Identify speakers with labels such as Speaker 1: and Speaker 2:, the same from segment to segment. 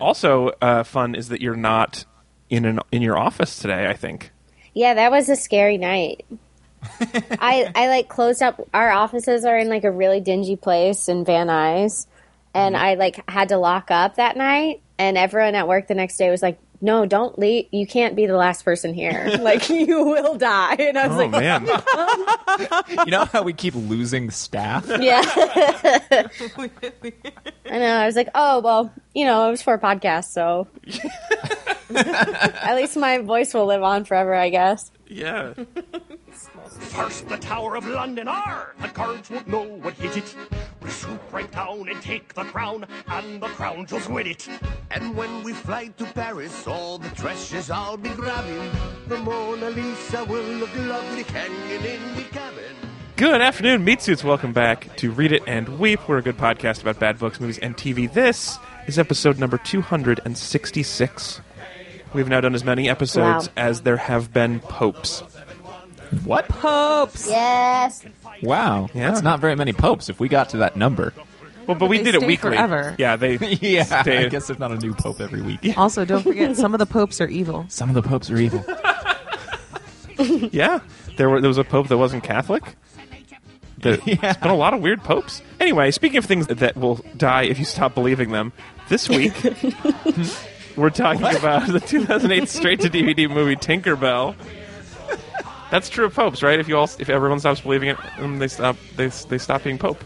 Speaker 1: Also, uh, fun is that you're not in an in your office today. I think.
Speaker 2: Yeah, that was a scary night. I I like closed up. Our offices are in like a really dingy place in Van Nuys, and I like had to lock up that night. And everyone at work the next day was like, "No, don't leave. You can't be the last person here. like you will die." And I was
Speaker 1: Oh
Speaker 2: like,
Speaker 1: man,
Speaker 3: You know how we keep losing staff?
Speaker 2: "Yeah." I know. I was like, "Oh well, you know, it was for a podcast, so." At least my voice will live on forever, I guess.
Speaker 1: yeah.
Speaker 4: First the Tower of London are the cards won't know what hit it. We swoop right down and take the crown, and the crown just win it.
Speaker 5: And when we fly to Paris, all the treasures I'll be grabbing. The Mona Lisa will look lovely hanging in the cabin.
Speaker 1: Good afternoon, meat suits. Welcome back to Read It and Weep. We're a good podcast about bad books, movies, and TV. This is episode number 266. We've now done as many episodes
Speaker 2: Wow.
Speaker 1: as there have been popes.
Speaker 3: What?
Speaker 6: Popes.
Speaker 2: Yes.
Speaker 3: Wow.
Speaker 1: Yeah.
Speaker 3: That's not very many popes if we got to that number.
Speaker 1: Well, but we
Speaker 6: they
Speaker 1: did it
Speaker 6: stay
Speaker 1: weekly.
Speaker 6: forever.
Speaker 1: Yeah, they.
Speaker 3: Yeah.
Speaker 1: stay-
Speaker 3: I guess there's not a new pope every week.
Speaker 6: Also, don't forget some of the popes are evil.
Speaker 3: Some of the popes are evil.
Speaker 1: Yeah, there were there was a pope that wasn't Catholic. There, There's been a lot of weird popes. Anyway, speaking of things that will die if you stop believing them, this week we're talking about the 2008 straight to DVD movie Tinkerbell. That's true of popes, right? If you all if everyone stops believing it, um, they stop they they stop being pope.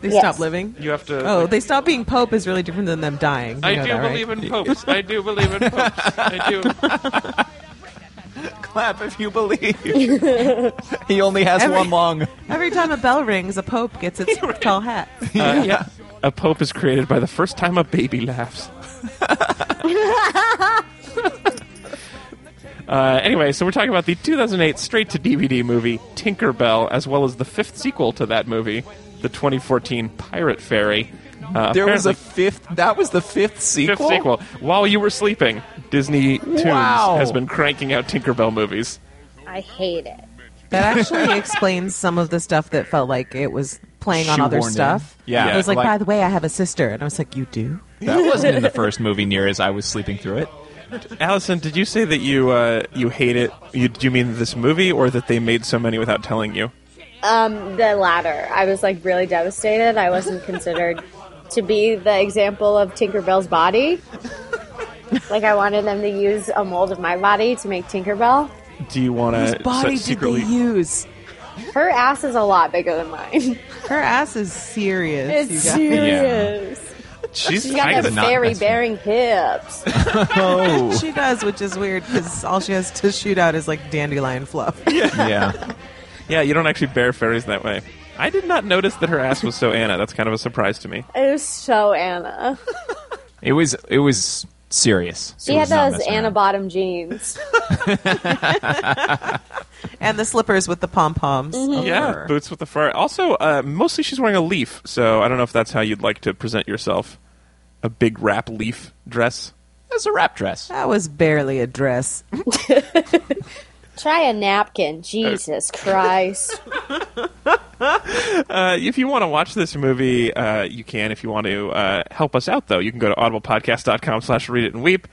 Speaker 6: They
Speaker 2: Yes.
Speaker 6: stop living.
Speaker 1: You have to.
Speaker 6: Oh,
Speaker 1: like,
Speaker 6: they stop being pope is really different than them dying. You
Speaker 1: I
Speaker 6: know
Speaker 1: do
Speaker 6: that, right?
Speaker 1: believe in popes. I do believe in popes. I do.
Speaker 3: Clap if you believe. he only has
Speaker 6: Every-
Speaker 3: one lung.
Speaker 6: Every time a bell rings, a pope gets its tall hat.
Speaker 1: Uh, yeah, a pope is created by the first time a baby laughs. uh, anyway, so we're talking about the 2008 straight to DVD movie Tinkerbell, as well as the fifth sequel to that movie, the 2014 Pirate Fairy. Uh,
Speaker 3: There was a
Speaker 1: apparently
Speaker 3: fifth. That was the fifth sequel.
Speaker 1: fifth sequel. While you were sleeping, Disney Toons
Speaker 3: Wow.
Speaker 1: has been cranking out Tinkerbell movies.
Speaker 2: I hate it.
Speaker 6: That actually explains some of the stuff that felt like it was playing on other
Speaker 3: Shoehorned in.
Speaker 6: stuff.
Speaker 3: Yeah.
Speaker 6: It was like,
Speaker 3: Like-
Speaker 6: by the way, I have a sister. And I was like, you do?
Speaker 3: That wasn't in the first movie near as I was sleeping through it.
Speaker 1: Allison, did you say that you uh, you hate it? You, do you mean this movie, or that they made so many without telling you?
Speaker 2: The latter. I was like really devastated. I wasn't considered to be the example of Tinkerbell's body. like I wanted them to use a mold of my body to make Tinkerbell.
Speaker 1: Do you want
Speaker 3: Uh,
Speaker 6: Whose
Speaker 1: to
Speaker 6: body did
Speaker 1: secretly?
Speaker 6: they use?
Speaker 2: Her ass is a lot bigger than mine.
Speaker 6: Her ass is serious.
Speaker 2: It's
Speaker 6: you guys.
Speaker 2: serious.
Speaker 1: She's
Speaker 2: She got
Speaker 1: tight.
Speaker 2: those
Speaker 3: not
Speaker 2: fairy
Speaker 3: messing.
Speaker 2: bearing hips.
Speaker 3: Oh.
Speaker 6: She does, which is weird because all she has to shoot out is like dandelion fluff.
Speaker 3: yeah.
Speaker 1: Yeah, you don't actually bear fairies that way. I did not notice that her ass was so Anna. That's kind of a surprise to me.
Speaker 2: It was so Anna.
Speaker 3: It was. It was serious.
Speaker 2: She
Speaker 3: It
Speaker 2: had
Speaker 3: was not
Speaker 2: those
Speaker 3: messing around.
Speaker 2: Anna bottom jeans.
Speaker 6: And the slippers with the pom poms.
Speaker 2: Mm-hmm.
Speaker 1: Yeah, boots with the fur. Also, uh, mostly she's wearing a leaf, so I don't know if that's how you'd like to present yourself. A big wrap leaf dress.
Speaker 3: That's a wrap dress.
Speaker 6: That was barely a dress.
Speaker 2: Try a napkin. Jesus Christ.
Speaker 1: Uh, if you want to watch this movie, uh, you can. If you want to uh, help us out, though, you can go to audiblepodcast.com slash read it and weep.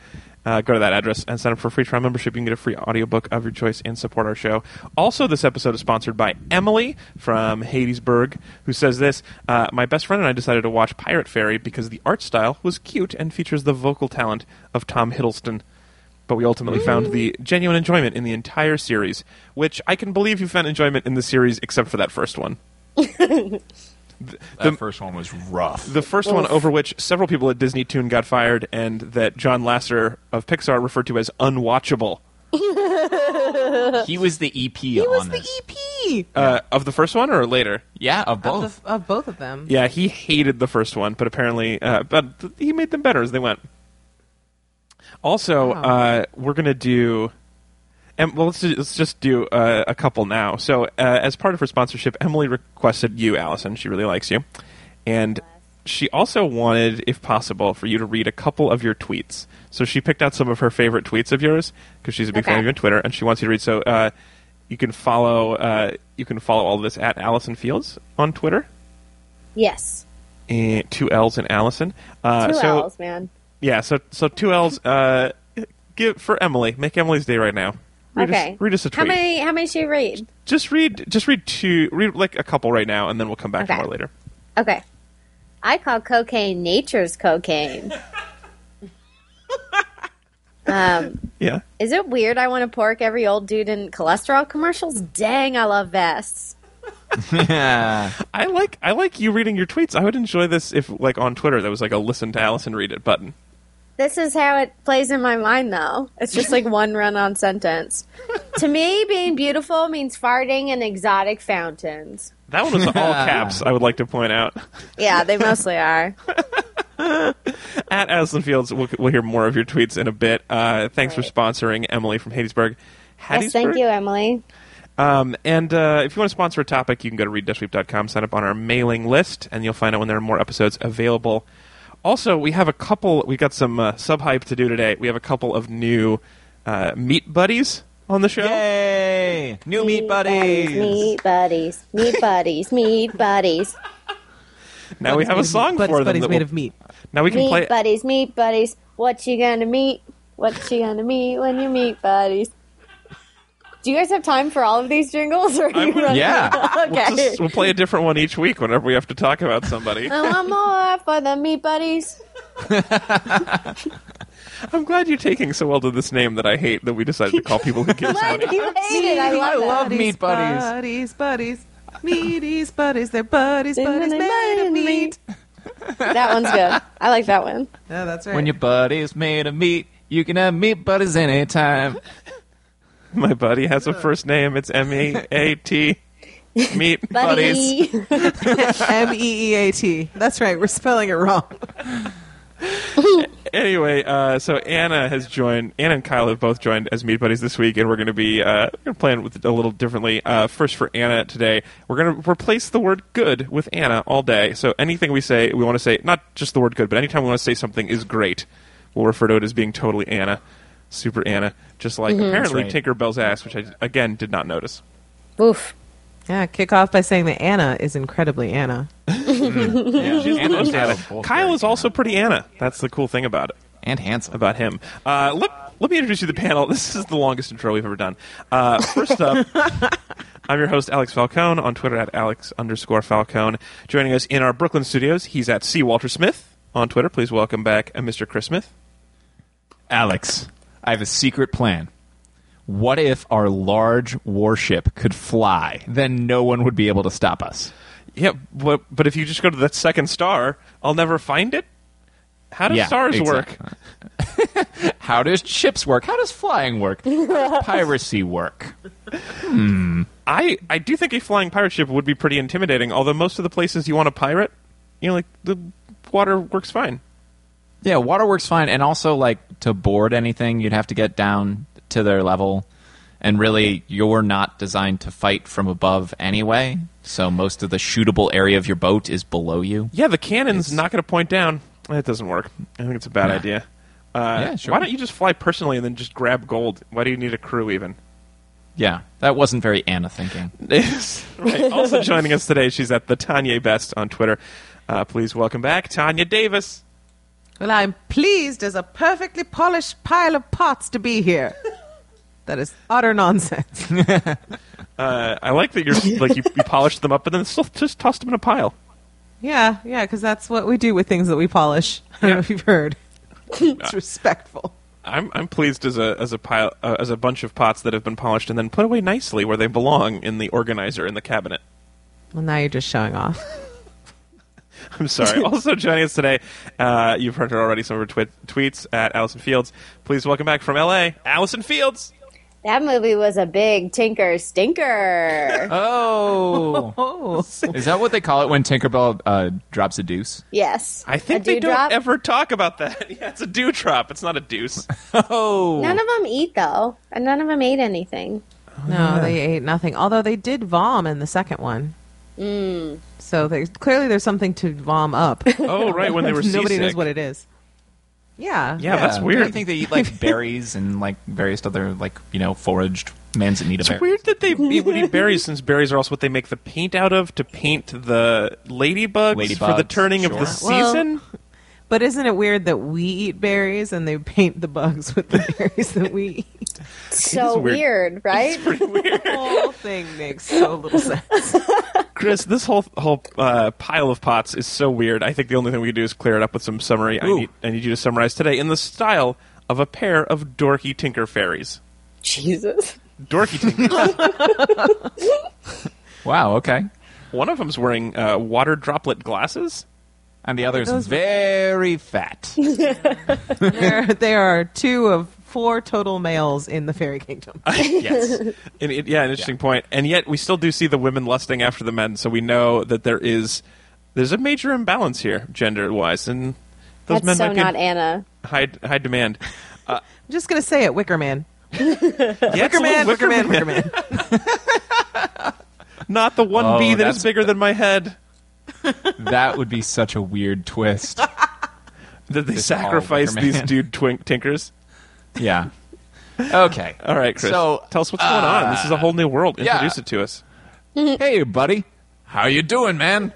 Speaker 1: Uh, go to that address and sign up for a free trial membership. You can get a free audiobook of your choice and support our show. Also, this episode is sponsored by Emily from Hadesburg, who says this uh, My best friend and I decided to watch Pirate Fairy because the art style was cute and features the vocal talent of Tom Hiddleston but we ultimately found the genuine enjoyment in the entire series, which I can believe you found enjoyment in the series except for that first one.
Speaker 3: The first one was rough.
Speaker 1: The first one over which several people at Disney Toon got fired and that John Lasseter of Pixar referred to as unwatchable.
Speaker 3: He was the EP
Speaker 6: He
Speaker 3: on
Speaker 6: was the E
Speaker 3: this.
Speaker 6: EP
Speaker 1: Uh, of the first one or later?
Speaker 3: Yeah, of both.
Speaker 6: of, the, of both of them.
Speaker 1: Yeah, he hated the first one, but apparently, uh, but th- he made them better as they went. Also, uh, we're gonna do, and well, let's ju- let's just do uh, a couple now. So, uh, as part of her sponsorship, Emily requested you, Allison. She really likes you, and she also wanted, if possible, for you to read a couple of your tweets. So she picked out some of her favorite tweets of yours because she's a big fan
Speaker 2: Okay.
Speaker 1: of you on Twitter, and she wants you to read. So. Uh, you can follow uh, you can follow all this at Allison Fields on Twitter
Speaker 2: Yes.
Speaker 1: and eh, two L's in Allison. Uh,
Speaker 2: Two
Speaker 1: so
Speaker 2: L's, man.
Speaker 1: yeah, so so two L's. Uh, give for Emily. Make Emily's day right now. Read
Speaker 2: okay.
Speaker 1: Us, read us a tweet.
Speaker 2: How many? How many should you read?
Speaker 1: Just read. Just read two. Read like a couple right now, and then we'll come back
Speaker 2: Okay.
Speaker 1: to more later.
Speaker 2: Okay. I call cocaine nature's cocaine. um,
Speaker 1: Yeah.
Speaker 2: is it weird I want to pork every old dude in cholesterol commercials? Dang, I love vests.
Speaker 3: Yeah.
Speaker 1: I like I like you reading your tweets. I would enjoy this if like on Twitter there was like a listen to Allison read it button.
Speaker 2: This is how it plays in my mind, though. It's just like one run on sentence. to me, being beautiful means farting in exotic fountains.
Speaker 1: That one was all caps. I would like to point out
Speaker 2: Yeah, they mostly are.
Speaker 1: at Allison Fields. We'll, we'll hear more of your tweets in a bit. Uh, thanks for sponsoring Emily from Hattiesburg. Hattiesburg?
Speaker 2: Yes, thank you, Emily.
Speaker 1: Um, and uh, if you want to sponsor a topic, you can go to read-weep.com, sign up on our mailing list, and you'll find out when there are more episodes available. Also, we have a couple. We got some uh, sub hype to do today. We have a couple of new uh, meat buddies on the show.
Speaker 3: Yay! New meat buddies.
Speaker 2: Meat buddies. Meat buddies. Meat buddies.
Speaker 1: Now we have a song
Speaker 6: Buddies
Speaker 1: for them.
Speaker 6: Buddies
Speaker 1: that
Speaker 6: made
Speaker 1: we'll-
Speaker 6: of meat.
Speaker 1: now we can
Speaker 2: Meat
Speaker 1: play.
Speaker 2: buddies. Meat buddies. What you gonna meet? What you gonna meet when you meet buddies? Do you guys have time for all of these jingles? Or are you
Speaker 1: would-
Speaker 2: running
Speaker 3: Yeah.
Speaker 2: out? Okay.
Speaker 1: We'll, just- we'll play a different one each week whenever we have to talk about somebody.
Speaker 2: I want more for the meat buddies.
Speaker 1: I'm glad you're taking so well to this name that I hate that we decided to call people who give us
Speaker 2: What?
Speaker 1: money.
Speaker 2: You hate it. I love, it.
Speaker 3: love meat buddies.
Speaker 6: Buddies, buddies. Meaties, buddies. They're buddies,
Speaker 2: They're
Speaker 6: buddies
Speaker 2: made
Speaker 6: made
Speaker 2: of
Speaker 6: of meat.
Speaker 2: That one's good. I like that one.
Speaker 6: No, that's right.
Speaker 3: When your buddy's made of meat, you can have meat buddies anytime.
Speaker 1: My buddy has a first name. It's M E A T. Meat buddies.
Speaker 2: Buddy.
Speaker 6: M E E A T. That's right. We're spelling it wrong.
Speaker 1: Anyway, uh, so Anna has joined. Anna and Kyle have both joined as meat buddies this week, and we're going to be uh, we're gonna plan with it a little differently. Uh, first, for Anna today, we're going to replace the word "good" with Anna all day. So anything we say, we want to say not just the word "good," but anytime we want to say something is great, we'll refer to it as being totally Anna, super Anna, just like apparently
Speaker 3: That's right.
Speaker 1: Tinker Bell's ass, which I again did not notice.
Speaker 2: Oof.
Speaker 6: Yeah, kick off by saying that Anna is incredibly Anna.
Speaker 3: and those
Speaker 1: Anna.
Speaker 3: are both
Speaker 1: Kyle
Speaker 3: very
Speaker 1: is also pretty Anna. That's the cool thing about it.
Speaker 3: good. and handsome.
Speaker 1: about him. Uh, let, let me introduce you to the panel. This is the longest intro we've ever done. Uh, first up, I'm your host, Alex Falcone, on Twitter at Alex underscore Falcone. Joining us in our Brooklyn studios, he's at C. Walter Smith on Twitter. Please welcome back uh, Mr. Chris Smith.
Speaker 3: Alex, I have a secret plan. What if our large warship could fly? Then no one would be able to stop us.
Speaker 1: Yeah, but, but if you just go to that second star, I'll never find it? How do
Speaker 3: Yeah,
Speaker 1: stars
Speaker 3: exactly.
Speaker 1: work?
Speaker 3: How does ships work? How does flying work? How does piracy work?
Speaker 1: I, I do think a flying pirate ship would be pretty intimidating, although most of the places you want to pirate, you know, like the water works fine.
Speaker 3: Yeah, water works fine, and also like to board anything, you'd have to get down to their level, and really, you're not designed to fight from above anyway. So most of the shootable area of your boat is below you.
Speaker 1: Yeah, the cannon's not going to point down. That doesn't work. I think it's a bad
Speaker 3: Nah.
Speaker 1: idea. Uh,
Speaker 3: Yeah, sure.
Speaker 1: Why don't you just fly personally and then just grab gold? Why do you need a crew even?
Speaker 3: Yeah, that wasn't very Anna thinking.
Speaker 1: right. Also joining us today, she's at the Tanya Best on Twitter. Uh, please welcome back Tanya Davis.
Speaker 6: Well, I'm pleased as a perfectly polished pile of pots to be here. That is utter nonsense.
Speaker 1: Uh, I like that you're like you, you polished them up and then still just tossed them in a pile.
Speaker 6: Yeah, yeah, because that's what we do with things that we polish. I don't know if you've heard. it's respectful.
Speaker 1: I'm I'm pleased as a as a pile uh, as a bunch of pots that have been polished and then put away nicely where they belong in the organizer in the cabinet.
Speaker 6: Well, now you're just showing off.
Speaker 1: I'm sorry. Also joining us today, uh, you've heard her already. Some of her twi- tweets at Allison Fields. Please welcome back from L.A. Allison Fields.
Speaker 2: That movie was a big tinker stinker.
Speaker 3: Oh,
Speaker 6: Oh,
Speaker 3: is that what they call it when Tinkerbell uh, drops a deuce?
Speaker 2: yes.
Speaker 1: I
Speaker 2: A
Speaker 1: think they don't
Speaker 2: dewdrop?
Speaker 1: ever talk about that. yeah, it's a dew drop. It's not a deuce.
Speaker 3: Oh,
Speaker 2: None of them eat though, and none of them ate anything.
Speaker 6: no, they ate nothing. Although they did vom in the second one. Mm. So there's, clearly there's something to vom up.
Speaker 1: oh, right when they were
Speaker 6: Nobody
Speaker 1: seasick.
Speaker 6: knows what it is. Yeah.
Speaker 1: yeah, that's weird.
Speaker 3: I think they eat like berries and like various other like you know foraged men's that need a
Speaker 1: it's
Speaker 3: berry.
Speaker 1: weird that they eat- would eat berries since berries are also what they make the paint out of to paint the ladybugs, for the
Speaker 3: Ladybugs,
Speaker 1: turning of
Speaker 3: sure.
Speaker 1: the season.
Speaker 6: But isn't it weird that we eat berries and they paint the bugs with the berries that we eat?
Speaker 2: so
Speaker 1: weird.
Speaker 2: weird. right?
Speaker 6: The whole thing makes so little sense.
Speaker 1: Chris, this whole whole uh, pile of pots is so weird. I think the only thing we can do is clear it up with some summary. I
Speaker 3: Ooh.
Speaker 1: need, I need you to summarize today in the style of a pair of dorky Tinker Fairies.
Speaker 2: Jesus.
Speaker 1: Dorky Tinker.
Speaker 3: Wow. Okay.
Speaker 1: One of them's wearing uh, water droplet glasses.
Speaker 3: And the other's very fat.
Speaker 6: There, there are two of four total males in the fairy kingdom.
Speaker 1: yes. And it, yeah, an interesting point. And yet we still do see the women lusting after the men, so we know that there is there's a major imbalance here, gender wise, and those men
Speaker 2: That's so
Speaker 1: might be
Speaker 2: not
Speaker 1: in
Speaker 2: Anna.
Speaker 1: high high demand. Uh,
Speaker 6: I'm just going to say it Wicker Man.
Speaker 1: yeah, it's a
Speaker 6: Wicker Man,
Speaker 1: little
Speaker 6: Wicker Man, Wicker Man.
Speaker 1: Not the one
Speaker 3: Oh,
Speaker 1: bee that is
Speaker 3: that's-
Speaker 1: bigger than my head.
Speaker 3: that would be such a weird twist.
Speaker 1: That they
Speaker 3: It's all
Speaker 1: sacrifice
Speaker 3: Wicker Man.
Speaker 1: these dude twink tinkers.
Speaker 3: Yeah. Okay.
Speaker 1: All right, Chris.
Speaker 3: So uh,
Speaker 1: tell us what's going on. This is a whole new world.
Speaker 3: yeah.
Speaker 1: Introduce it to us.
Speaker 3: Hey, buddy. How you doing, man?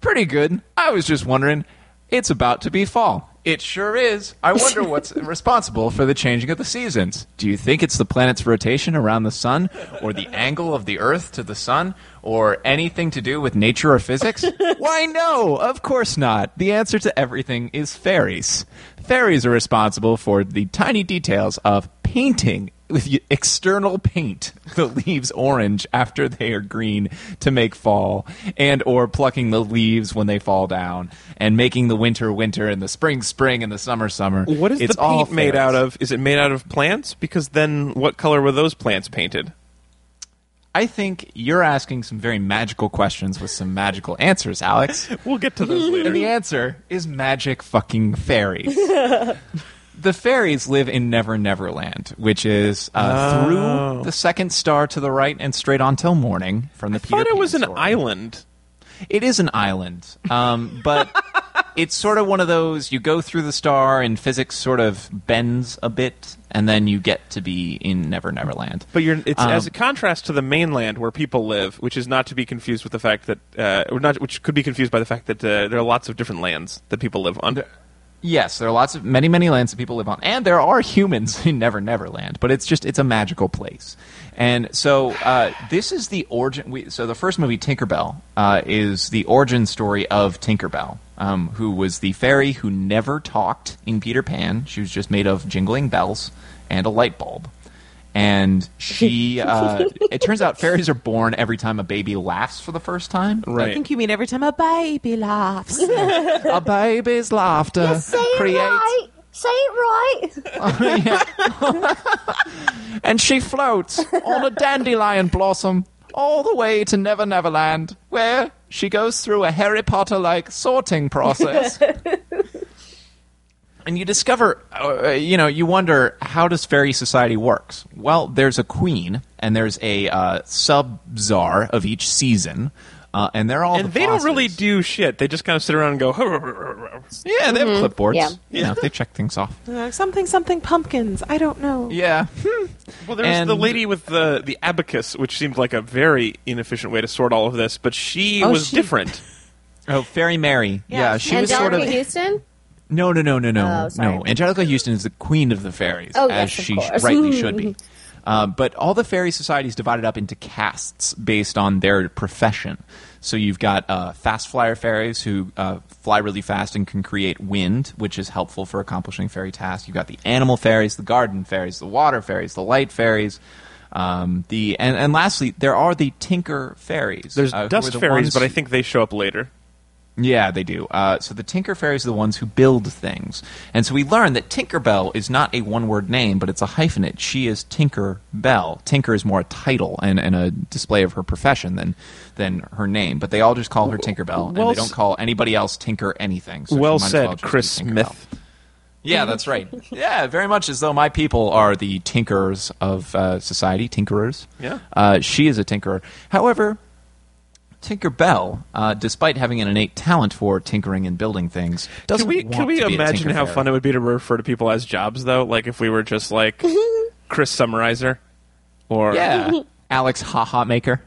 Speaker 3: Pretty good. I was just wondering. It's about to be fall. It sure is. I wonder what's responsible for the changing of the seasons. Do you think it's the planet's rotation around the sun, or the angle of the Earth to the sun, or anything to do with nature or physics? Why, no, of course not. The answer to everything is fairies. Fairies are responsible for the tiny details of painting with y- external paint the leaves orange after they are green to make fall and or plucking the leaves when they fall down and making the winter winter and the spring spring and the summer summer
Speaker 1: What is
Speaker 3: it's
Speaker 1: the
Speaker 3: all
Speaker 1: paint made
Speaker 3: fairies.
Speaker 1: out of? Is it made out of plants? Because then, what color were those plants painted?
Speaker 3: i think you're asking some very magical questions with some magical answers alex
Speaker 1: We'll get to those later.
Speaker 3: And the answer is magic fucking fairies. the fairies live in Never Never Land, which is uh, through the second star to the right and straight on till morning from
Speaker 1: Oh.
Speaker 3: the
Speaker 1: I thought
Speaker 3: Peter
Speaker 1: it was
Speaker 3: Pan
Speaker 1: an
Speaker 3: story.
Speaker 1: island.
Speaker 3: It is an island, um, but it's sort of one of those you go through the star and physics sort of bends a bit, and then you get to be in Never Never Land.
Speaker 1: But you're, it's
Speaker 3: Um,
Speaker 1: as a contrast to the mainland where people live, which is not to be confused with the fact that, uh, or not, which could be confused by the fact that uh, there are lots of different lands that people live on.
Speaker 3: Yes, there are lots of many, many lands that people live on, and there are humans in Never Never Land. But it's just it's a magical place, and so uh, this is the origin. We, so the first movie Tinkerbell uh, is the origin story of Tinkerbell, um, who was the fairy who never talked in Peter Pan. She was just made of jingling bells and a light bulb, and she. Uh, it turns out fairies are born every time a baby laughs for the first time
Speaker 6: I think you mean every time a baby laughs.
Speaker 3: a baby's laughter creates.
Speaker 2: Say it right.
Speaker 3: and she floats on a dandelion blossom all the way to Never Never Land, where she goes through a Harry Potter like sorting process. and you discover, uh, you know, you wonder how does fairy society works. Well, there's a queen and there's a uh, sub czar of each season. Uh, and they're all
Speaker 1: And
Speaker 3: the
Speaker 1: they don't really
Speaker 3: bosses.
Speaker 1: do shit. They just kind of sit around and go. "Hur, hur, hur, hur, hur."
Speaker 3: yeah they have clipboards
Speaker 2: Mm-hmm. Yeah.
Speaker 3: you know they check things off
Speaker 6: Uh, something, something pumpkins. I don't know.
Speaker 3: yeah
Speaker 1: Well, there was
Speaker 3: And-
Speaker 1: the lady with the the abacus, which seemed like a very inefficient way to sort all of this, but she
Speaker 6: Oh,
Speaker 1: was
Speaker 6: she-
Speaker 1: different.
Speaker 3: oh fairy mary yeah, she
Speaker 2: and
Speaker 3: was sort
Speaker 2: Angelica
Speaker 3: of
Speaker 2: Houston?
Speaker 3: No, no, no, no, no,
Speaker 2: Oh, sorry.
Speaker 3: no. Angelica Houston is the queen of the fairies,
Speaker 2: Oh,
Speaker 3: as
Speaker 2: yes, of
Speaker 3: she
Speaker 2: course.
Speaker 3: rightly should be. Uh, but all the fairy societies divided up into castes based on their profession. So you've got uh, fast flyer fairies who uh, fly really fast and can create wind, which is helpful for accomplishing fairy tasks. You've got the animal fairies, the garden fairies, the water fairies, the light fairies. Um, the and, and lastly, there are the tinker fairies.
Speaker 1: There's
Speaker 3: uh, who are
Speaker 1: dust
Speaker 3: the
Speaker 1: fairies,
Speaker 3: ones
Speaker 1: but I think they show up later.
Speaker 3: yeah, they do. Uh, so the Tinker Fairies are the ones who build things. And so we learn that Tinkerbell is not a one word name, but it's a hyphenate. She is Tinker Bell. Tinker is more a title and, and a display of her profession than, than her name. But they all just call her
Speaker 1: Well
Speaker 3: Tinkerbell, and they
Speaker 1: s-
Speaker 3: don't call anybody else Tinker anything. So she
Speaker 1: well
Speaker 3: might as
Speaker 1: said,
Speaker 3: just be
Speaker 1: Chris
Speaker 3: Tinkerbell.
Speaker 1: Smith.
Speaker 3: Yeah, that's right. Yeah, very much as though my people are the tinkers of uh, society, tinkerers.
Speaker 1: Yeah.
Speaker 3: Uh, she is a tinkerer. However, Tinkerbell, uh, despite having an innate talent for tinkering and building things, doesn't
Speaker 1: Can we
Speaker 3: want
Speaker 1: can we
Speaker 3: to be a
Speaker 1: imagine how
Speaker 3: Tinkerfairer.
Speaker 1: fun it would be to refer to people as jobs though? Like if we were just like Chris Summarizer or
Speaker 3: Yeah. Alex Haha Maker.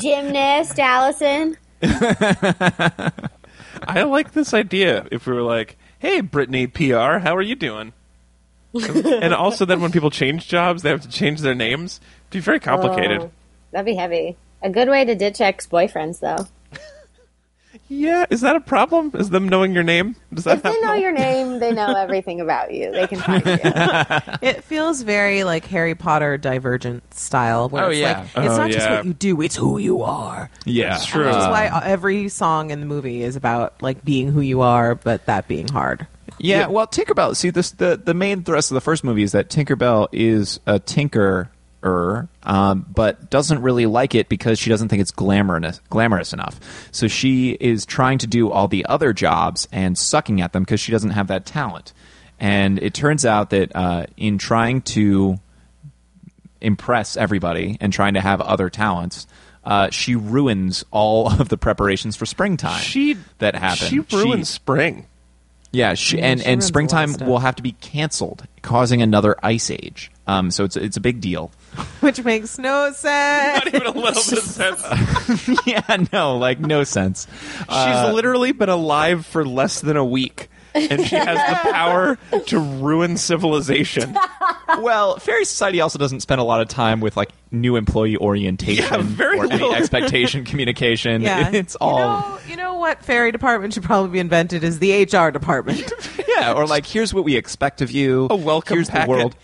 Speaker 2: Gymnast Allison.
Speaker 1: I like this idea. If we were like, "Hey, Brittany PR, how are you doing?" and also, then when people change jobs, they have to change their names. It'd be very complicated.
Speaker 2: Oh, that'd be heavy. A good way to ditch ex boyfriends, though.
Speaker 1: Yeah, is that a problem? Is them knowing your name? Does that
Speaker 2: If they know
Speaker 1: help?
Speaker 2: your name, they know everything about you. They can find you.
Speaker 6: It feels very like Harry Potter Divergent style. Where
Speaker 3: Oh,
Speaker 6: it's
Speaker 3: yeah.
Speaker 6: like, it's
Speaker 1: Oh,
Speaker 6: not just
Speaker 1: yeah.
Speaker 6: what you do; it's who you are.
Speaker 1: Yeah,
Speaker 3: That's
Speaker 1: true.
Speaker 6: Which is why uh, every song in the movie is about like being who you are, but that being hard.
Speaker 3: Yeah, well, Tinkerbell. See, this the the main thrust of the first movie is that Tinkerbell is a tinkerer, um, but doesn't really like it because she doesn't think it's glamorous glamorous enough. So she is trying to do all the other jobs and sucking at them because she doesn't have that talent. And it turns out that uh, in trying to impress everybody and trying to have other talents. Uh, she ruins all of the preparations for springtime
Speaker 1: she
Speaker 3: Uh, that happened.
Speaker 1: She ruined spring.
Speaker 3: Yeah, she, and, and
Speaker 6: ruins a lot of
Speaker 3: springtime
Speaker 6: stuff.
Speaker 3: will have to be canceled, causing another ice age. Um, so it's it's a big deal.
Speaker 6: Which makes no sense.
Speaker 1: Not even a little bit of sense.
Speaker 3: yeah, no, like no sense. Uh,
Speaker 1: She's literally been alive for less than a week, and she has the power to ruin civilization.
Speaker 3: Well, fairy society also doesn't spend a lot of time with like new employee orientation
Speaker 1: Yeah, very
Speaker 3: or any
Speaker 1: little.
Speaker 3: expectation communication.
Speaker 6: Yeah,
Speaker 3: It's all
Speaker 6: You know, you know what fairy department should probably be invented is the HR department.
Speaker 3: yeah, or like here's what we expect of you.
Speaker 1: A welcome
Speaker 3: Here's
Speaker 1: packet.
Speaker 3: the world.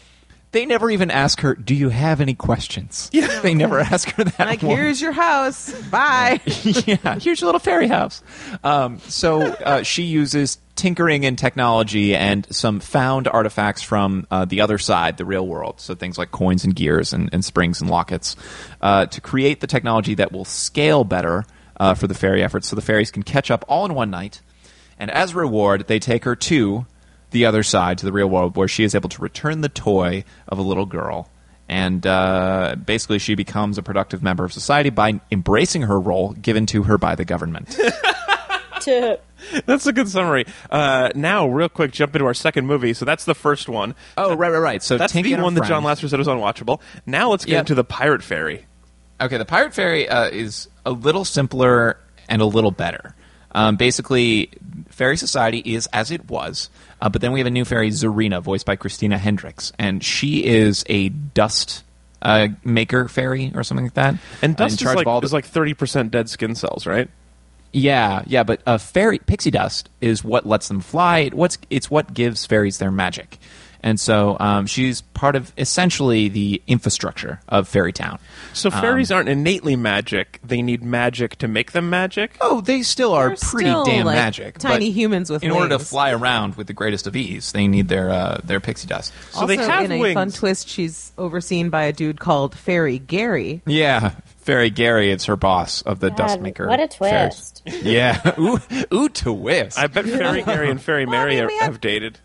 Speaker 3: They never even ask her, "Do you have any questions?" Yeah, they never ask her that.
Speaker 6: like,
Speaker 3: once.
Speaker 6: here's your house. Bye.
Speaker 3: yeah, here's your little fairy house. Um, so uh, she uses tinkering and technology and some found artifacts from uh, the other side, the real world. So things like coins and gears and, and springs and lockets uh, to create the technology that will scale better uh, for the fairy efforts. So the fairies can catch up all in one night. And as a reward, they take her to the other side, to the real world, where she is able to return the toy of a little girl. And uh, basically, she becomes a productive member of society by embracing her role given to her by the government.
Speaker 2: To-
Speaker 1: That's a good summary. Uh, now, real quick, jump into our second movie. So that's the first one.
Speaker 3: oh, right, right, right. So
Speaker 1: That's
Speaker 3: Tinky
Speaker 1: the
Speaker 3: and her
Speaker 1: one that John
Speaker 3: friends-
Speaker 1: Lasseter said was unwatchable. Now let's get
Speaker 3: Yep.
Speaker 1: into the Pirate Fairy.
Speaker 3: Okay, the Pirate Fairy uh, is a little simpler and a little better. Um, basically, Fairy Society is as it was, uh, but then we have a new fairy, Zarina, voiced by Christina Hendricks, and she is a dust uh, maker fairy or something like that.
Speaker 1: And
Speaker 3: uh, in
Speaker 1: Dust is
Speaker 3: charge
Speaker 1: like
Speaker 3: of all the-
Speaker 1: is like thirty percent dead skin cells, right?
Speaker 3: yeah, yeah, but uh, fairy pixie dust is what lets them fly. It, what's it's what gives fairies their magic, and so um, she's part of essentially the infrastructure of Fairy Town.
Speaker 1: So
Speaker 6: Um,
Speaker 1: fairies aren't innately magic; they need magic to make them magic.
Speaker 3: Oh, they still are
Speaker 6: They're
Speaker 3: pretty
Speaker 6: still,
Speaker 3: damn
Speaker 6: like,
Speaker 3: magic.
Speaker 6: tiny
Speaker 3: but
Speaker 6: humans with
Speaker 3: in order to
Speaker 6: wings.
Speaker 3: fly around with the greatest of ease, they need their uh, their pixie dust.
Speaker 1: So they
Speaker 6: Also,
Speaker 1: have
Speaker 6: in a
Speaker 1: wings.
Speaker 6: fun twist, she's overseen by a dude called Fairy Gary.
Speaker 3: Yeah, Fairy Gary, it's her boss of the dust
Speaker 2: God,
Speaker 3: maker.
Speaker 2: what a
Speaker 3: fairies.
Speaker 2: twist.
Speaker 3: Yeah, ooh, ooh, twist.
Speaker 1: I bet Fairy Gary and Fairy
Speaker 6: Well, I
Speaker 1: Mary
Speaker 6: mean,
Speaker 1: are-
Speaker 6: we
Speaker 1: have,
Speaker 6: have-
Speaker 1: dated.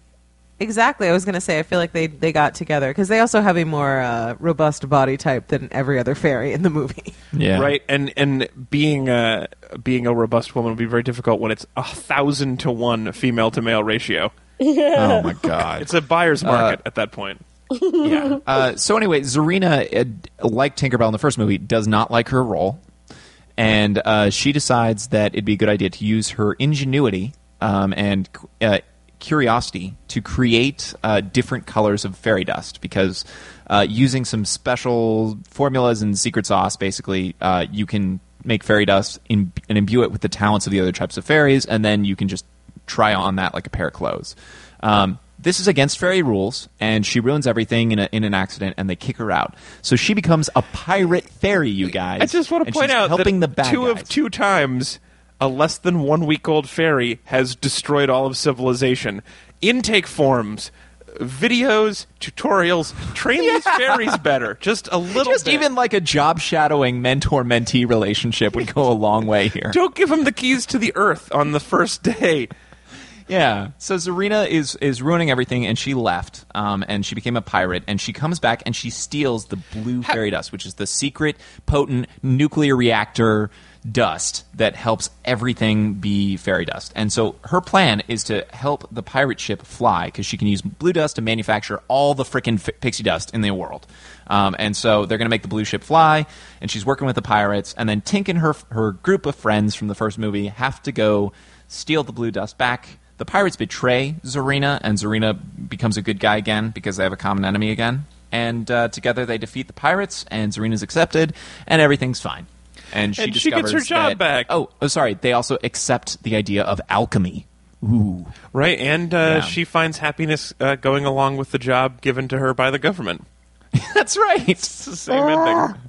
Speaker 6: Exactly. I was going to say, I feel like they, they got together because they also have a more uh, robust body type than every other fairy in the movie.
Speaker 3: yeah,
Speaker 1: Right, and and being a being a robust woman would be very difficult when it's a thousand to one female to male ratio.
Speaker 3: Oh my god,
Speaker 1: It's a
Speaker 6: Uh,
Speaker 1: buyer's market at that point.
Speaker 3: yeah. Uh, so anyway, Zarina, uh, like Tinkerbell in the first movie, does not like her role, and uh, she decides that it'd be a good idea to use her ingenuity um, and uh, curiosity to create uh, different colors of fairy dust because uh, using some special formulas and secret sauce, basically, uh, you can make fairy dust in, and imbue it with the talents of the other types of fairies, and then you can just try on that like a pair of clothes. Um, this is against fairy rules, and she ruins everything in, a, in an accident, and they kick her out. So she becomes a pirate fairy, you guys.
Speaker 1: I just want to
Speaker 3: And
Speaker 1: point
Speaker 3: she's
Speaker 1: out
Speaker 3: helping
Speaker 1: that
Speaker 3: the bad
Speaker 1: two
Speaker 3: guys.
Speaker 1: of two times a less than one week old fairy has destroyed all of civilization. Intake forms, videos, tutorials, train these fairies better. Just a little
Speaker 3: Just
Speaker 1: bit.
Speaker 3: even like a job shadowing mentor mentee relationship would go a long way here.
Speaker 1: don't give them the keys to the earth on the first day.
Speaker 3: Yeah. So Zarina is is ruining everything, and she left, um, and she became a pirate, and she comes back and she steals the blue fairy dust, which is the secret, potent nuclear reactor dust that helps everything be fairy dust. And so her plan is to help the pirate ship fly because she can use blue dust to manufacture all the frickin' f- pixie dust in the world. Um, and so they're going to make the blue ship fly, and she's working with the pirates. And then Tink and her her group of friends from the first movie have to go steal the blue dust back. The pirates betray Zarina, and Zarina becomes a good guy again because they have a common enemy again. And uh, together they defeat the pirates, and Zarina's accepted, and everything's fine. And she
Speaker 1: And she gets
Speaker 3: discovers
Speaker 1: her job
Speaker 3: that-
Speaker 1: back.
Speaker 3: Oh, oh, sorry. They also accept the idea of alchemy. Ooh.
Speaker 1: Right, and uh,
Speaker 3: Yeah.
Speaker 1: she finds happiness uh, going along with the job given to her by the government.
Speaker 3: That's right.
Speaker 1: It's the same ending.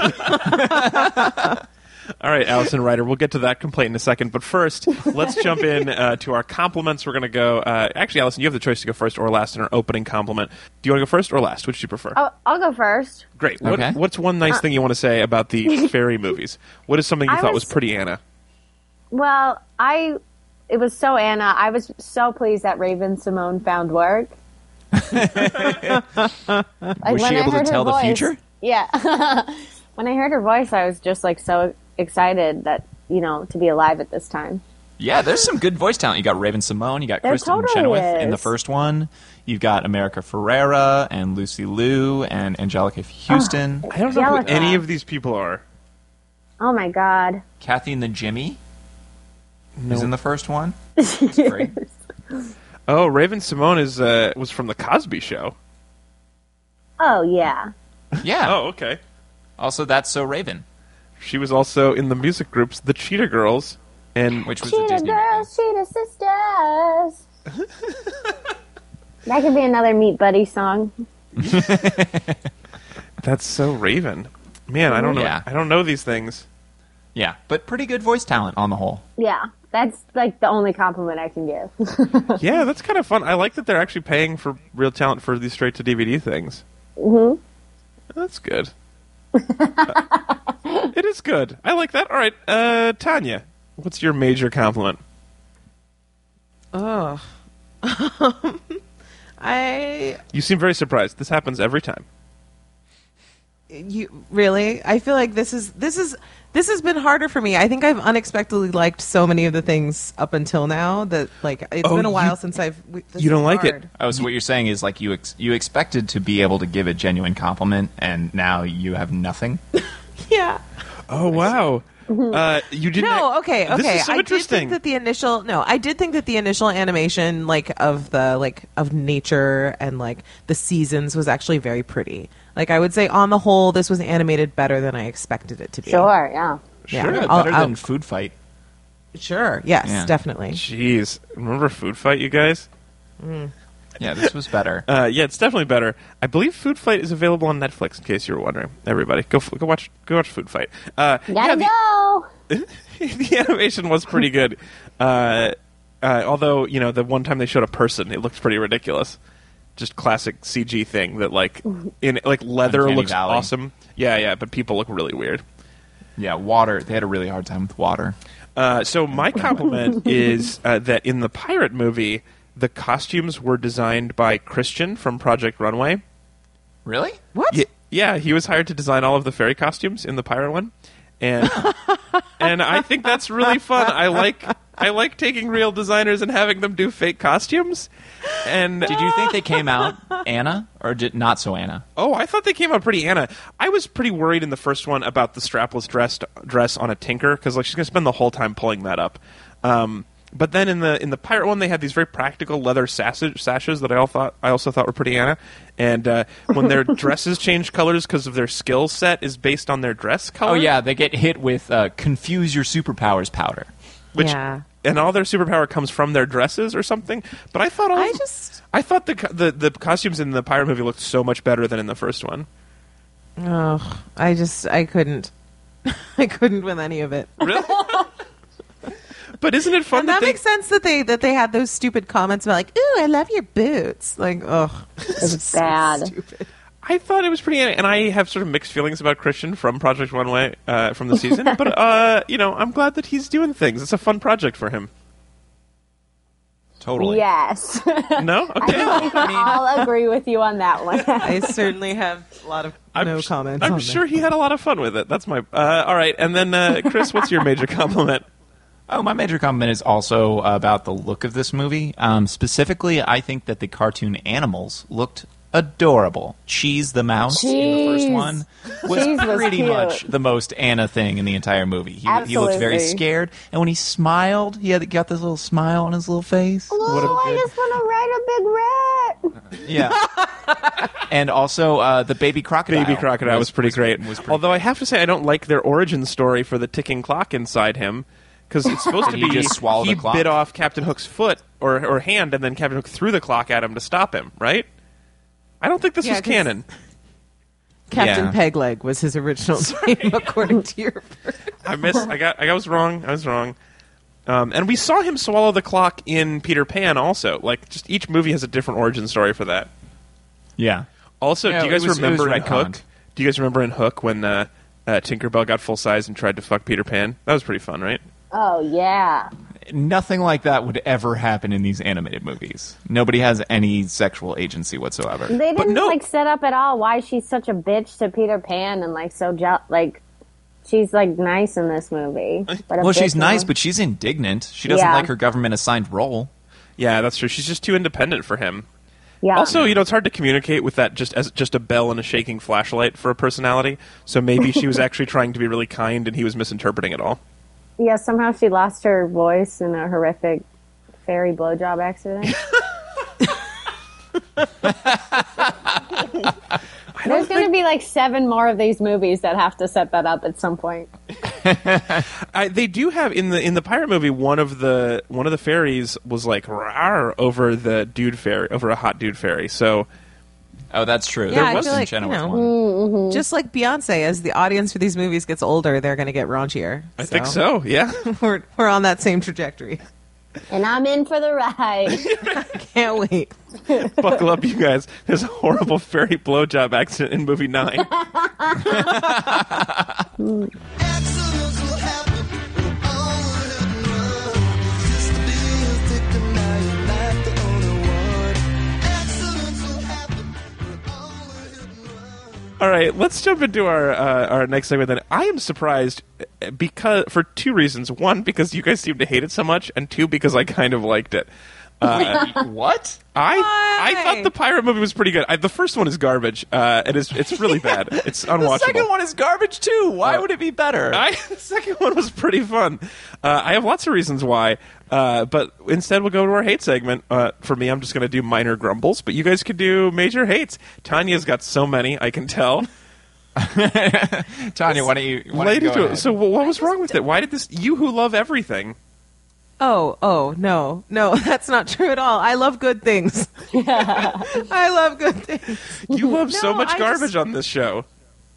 Speaker 2: Ah.
Speaker 1: All right, Allison Ryder, we'll get to that complaint in a second. But first, let's jump in uh, to our compliments. We're going to go. Uh, actually, Allison, you have the choice to go first or last in our opening compliment. Do you want to go first or last? Which do you prefer?
Speaker 2: I'll, I'll go first.
Speaker 1: Great. What,
Speaker 3: Okay.
Speaker 1: What's one nice thing you want to say about the fairy movies? What is something you
Speaker 2: Uh. I
Speaker 1: thought was,
Speaker 2: was-
Speaker 1: pretty, Anna?
Speaker 2: Well, I it was so Anna. I was so pleased that Raven Simone found work. Like,
Speaker 3: Was she
Speaker 2: when I
Speaker 3: able to
Speaker 2: heard her
Speaker 3: tell the
Speaker 2: voice-
Speaker 3: future?
Speaker 2: Yeah. when I heard her voice, I was just like so excited that you know to be alive at this time.
Speaker 3: Yeah, there's some good voice talent. You got Raven Simone, you got
Speaker 2: There
Speaker 3: Kristen
Speaker 2: totally
Speaker 3: Chenoweth in the
Speaker 2: is.
Speaker 3: first one. You've got America Ferrera and Lucy Liu and Angelica Houston,
Speaker 1: I don't know who
Speaker 2: Angelica.
Speaker 1: any of these people are.
Speaker 2: Oh my god!
Speaker 3: Kathy and the Jimmy. Is in the first one. great.
Speaker 1: Oh, Raven Simone is uh, was from the Cosby Show.
Speaker 2: Oh yeah.
Speaker 3: Yeah.
Speaker 1: Oh, okay.
Speaker 3: Also, that's so Raven,
Speaker 1: She was also in the music groups The Cheetah Girls and
Speaker 3: which was a
Speaker 2: Cheetah
Speaker 3: Disney.
Speaker 2: girls, cheetah sisters. that could be another Meet Buddy song.
Speaker 1: That's so Raven. Man, I don't know.
Speaker 3: Yeah.
Speaker 1: I don't know these things.
Speaker 3: Yeah, but pretty good voice talent on the whole.
Speaker 2: Yeah, that's like the only compliment I can give.
Speaker 1: Yeah, that's kind of fun. I like that they're actually paying for real talent for these straight to DVD things. Mm-hmm. That's good. it is good. I like that. All right, uh, Tanya, what's your major compliment?
Speaker 6: Oh. I
Speaker 1: You seem very surprised. This happens every time.
Speaker 6: you really i feel like this is this is this has been harder for me i think i've unexpectedly liked so many of the things up until now that like it's
Speaker 1: Oh,
Speaker 6: been a while
Speaker 1: you-
Speaker 6: since i've we, this
Speaker 1: you don't
Speaker 6: is
Speaker 1: like it.
Speaker 6: hard.
Speaker 3: Oh, so what you're saying is like you ex- you expected to be able to give a genuine compliment, and now you have nothing.
Speaker 6: yeah
Speaker 1: Oh wow. Uh, you didn't.
Speaker 6: no okay okay
Speaker 1: This is so
Speaker 6: i did
Speaker 1: interesting.
Speaker 6: think that the initial no i did think that the initial animation like of the like of nature and like the seasons was actually very pretty like i would say on the whole this was animated better than i expected it to be
Speaker 2: Sure, yeah.
Speaker 6: yeah
Speaker 3: Sure,
Speaker 6: I'll-
Speaker 3: better
Speaker 6: I'll-
Speaker 3: than Food Fight.
Speaker 6: sure yes
Speaker 3: Yeah.
Speaker 6: definitely
Speaker 1: Jeez, remember Food Fight, you guys?
Speaker 3: Yeah, this was better.
Speaker 1: Uh, yeah, it's definitely better. I believe Food Fight is available on Netflix. In case you were wondering, everybody, go f- go watch go watch Food Fight. Uh, yeah,
Speaker 2: Gotta
Speaker 1: the-
Speaker 2: go.
Speaker 1: the animation was pretty good. Uh, uh, although, you know, the one time they showed a person, it looked pretty ridiculous. Just classic CG thing that like in like leather
Speaker 3: Uncanny
Speaker 1: looks
Speaker 3: Valley.
Speaker 1: awesome. Yeah, yeah, but people look really weird.
Speaker 3: Yeah, water. They had a really hard time with water.
Speaker 1: Uh, so my compliment is uh, that in the pirate movie, the costumes were designed by Christian from Project Runway.
Speaker 3: Really?
Speaker 6: what
Speaker 1: Ye- yeah, he was hired to design all of the fairy costumes in the pirate one, and and I think that's really fun. I like I like taking real designers and having them do fake costumes. And
Speaker 3: Did you think they came out Anna or did not so Anna?
Speaker 1: oh, I thought they came out pretty Anna. I was pretty worried in the first one about the strapless dress dress on a tinker because like she's gonna spend the whole time pulling that up. Um, but then in the in the pirate one, they had these very practical leather sashes, sashes that I all thought I also thought were pretty Anna. And uh, when their dresses change colors because of their skill set is based on their dress color.
Speaker 3: Oh yeah, they get hit with uh, confuse your superpowers powder.
Speaker 1: which
Speaker 6: Yeah.
Speaker 1: and all their superpower comes from their dresses or something. But I thought all
Speaker 6: I
Speaker 1: of-
Speaker 6: just-
Speaker 1: I thought the, co- the the costumes in the pirate movie looked so much better than in the first one.
Speaker 6: Oh, I just I couldn't. I couldn't with any of it.
Speaker 1: Really? but isn't it fun
Speaker 6: And that
Speaker 1: they
Speaker 6: makes sense that they that they had those stupid comments about like, "Ooh, I love your boots." Like, oh,
Speaker 2: It's bad.
Speaker 1: I thought it was pretty, and I have sort of mixed feelings about Christian from Project Runway uh, from the season. but uh, you know, I'm glad that he's doing things. It's a fun project for him.
Speaker 3: Totally.
Speaker 2: Yes.
Speaker 1: No, okay.
Speaker 2: I'll agree with you on that one.
Speaker 6: I certainly have a lot of no
Speaker 1: sh-
Speaker 6: comments.
Speaker 1: I'm
Speaker 6: on
Speaker 1: sure
Speaker 6: that.
Speaker 1: he had a lot of fun with it. That's my uh, all right. And then uh, Chris, what's your major compliment?
Speaker 3: Oh, my major comment is also about the look of this movie. Um, specifically, I think that the cartoon animals looked adorable. Cheese the mouse in the first
Speaker 2: Cheese.
Speaker 3: one was
Speaker 2: Cheese was
Speaker 3: pretty
Speaker 2: cute.
Speaker 3: much the most Anna thing in the entire movie. He, he looked very
Speaker 2: Absolutely.
Speaker 3: scared, and when he smiled, he had got this little smile on his little face.
Speaker 2: Hello, I just want to ride a big rat.
Speaker 3: Yeah. and also uh, the baby crocodile.
Speaker 1: Baby Crocodile was, pretty great.
Speaker 3: was pretty
Speaker 1: Although I have to say, I don't like their origin story for the ticking clock inside him because it's supposed to
Speaker 3: Did
Speaker 1: be
Speaker 3: he just swallow the
Speaker 1: he
Speaker 3: clock?
Speaker 1: bit off Captain Hook's foot or, or hand, and then Captain Hook threw the clock at him to stop him. Right? I don't think this
Speaker 6: Yeah,
Speaker 1: was
Speaker 6: 'cause-
Speaker 1: canon.
Speaker 6: Captain
Speaker 3: Yeah.
Speaker 6: Pegleg was his original name, according to your.
Speaker 1: I missed. I got. I was wrong. I was wrong. Um, and we saw him swallow the clock in Peter Pan. Also, like, just each movie has a different origin story for that.
Speaker 3: Yeah.
Speaker 1: Also,
Speaker 3: Yeah,
Speaker 1: do you guys
Speaker 3: it was- it was
Speaker 1: remember in
Speaker 3: retconned.
Speaker 1: Hook? Do you guys remember in Hook when uh, uh, Tinkerbell got full size and tried to fuck Peter Pan? That was pretty fun, right?
Speaker 2: Oh yeah.
Speaker 3: Nothing like that would ever happen in these animated movies. Nobody has any sexual agency whatsoever.
Speaker 2: They didn't
Speaker 1: no-
Speaker 2: like set up at all why she's such a bitch to Peter Pan and like so je- like she's like nice in this movie. But a
Speaker 3: Uh, Well,
Speaker 2: bitch
Speaker 3: she's
Speaker 2: in-
Speaker 3: nice, but she's indignant. She doesn't
Speaker 2: Yeah.
Speaker 3: like her government assigned role.
Speaker 1: Yeah, that's true. She's just too independent for him.
Speaker 2: yeah.
Speaker 1: Also, you know, it's hard to communicate with that just as just a bell and a shaking flashlight for a personality. So maybe she was actually trying to be really kind, and he was misinterpreting it all.
Speaker 2: yeah. Somehow she lost her voice in a horrific fairy blowjob accident. There's going to be like seven more of these movies that have to set that up at some point.
Speaker 1: I, they do have in the in the pirate movie one of the one of the fairies was like rawr over the dude fairy over a hot dude fairy. So
Speaker 3: Oh, that's true.
Speaker 6: Yeah,
Speaker 3: there
Speaker 6: I
Speaker 3: was
Speaker 6: feel
Speaker 3: in
Speaker 6: like, you
Speaker 3: Chenoweth
Speaker 6: know.
Speaker 3: one.
Speaker 6: Just like Beyonce, as the audience for these movies gets older, they're going to get raunchier.
Speaker 1: I think so. Yeah.
Speaker 6: We're, we're on that same trajectory.
Speaker 2: And I'm in for the ride.
Speaker 6: Can't wait.
Speaker 1: Buckle up, you guys. There's a horrible fairy blowjob accident in movie nine.
Speaker 7: Accidents will happen. We're all hit and run. Just to be a victim now, you're not the only one. Accidents will happen. We're all hit and run.
Speaker 1: All right, let's jump into our uh, our next segment. Then I am surprised uh, because for two reasons: one, because you guys seem to hate it so much, and two, because I kind of liked it. Uh,
Speaker 3: What?
Speaker 1: I I
Speaker 6: Why?
Speaker 1: thought the pirate movie was pretty good. I, the first one is garbage, uh, and it's it's really bad. It's unwatchable.
Speaker 3: The second one is garbage too. Why
Speaker 1: Uh,
Speaker 3: would it be better?
Speaker 1: I, the second one was pretty fun. Uh, I have lots of reasons why, uh, but instead we'll go to our hate segment. Uh, for me, I'm just going to do minor grumbles, but you guys could do major hates. Tanya's got so many, I can tell.
Speaker 3: Tanya, why don't you? Why
Speaker 1: Ladies,
Speaker 3: don't you go ahead?
Speaker 1: so wh- what was wrong with it? Why did this? You who love everything.
Speaker 6: Oh, oh, no, no, that's not true at all. I love good things. I love good things.
Speaker 1: You love so
Speaker 6: No,
Speaker 1: much
Speaker 6: I
Speaker 1: garbage
Speaker 6: just-
Speaker 1: on this show.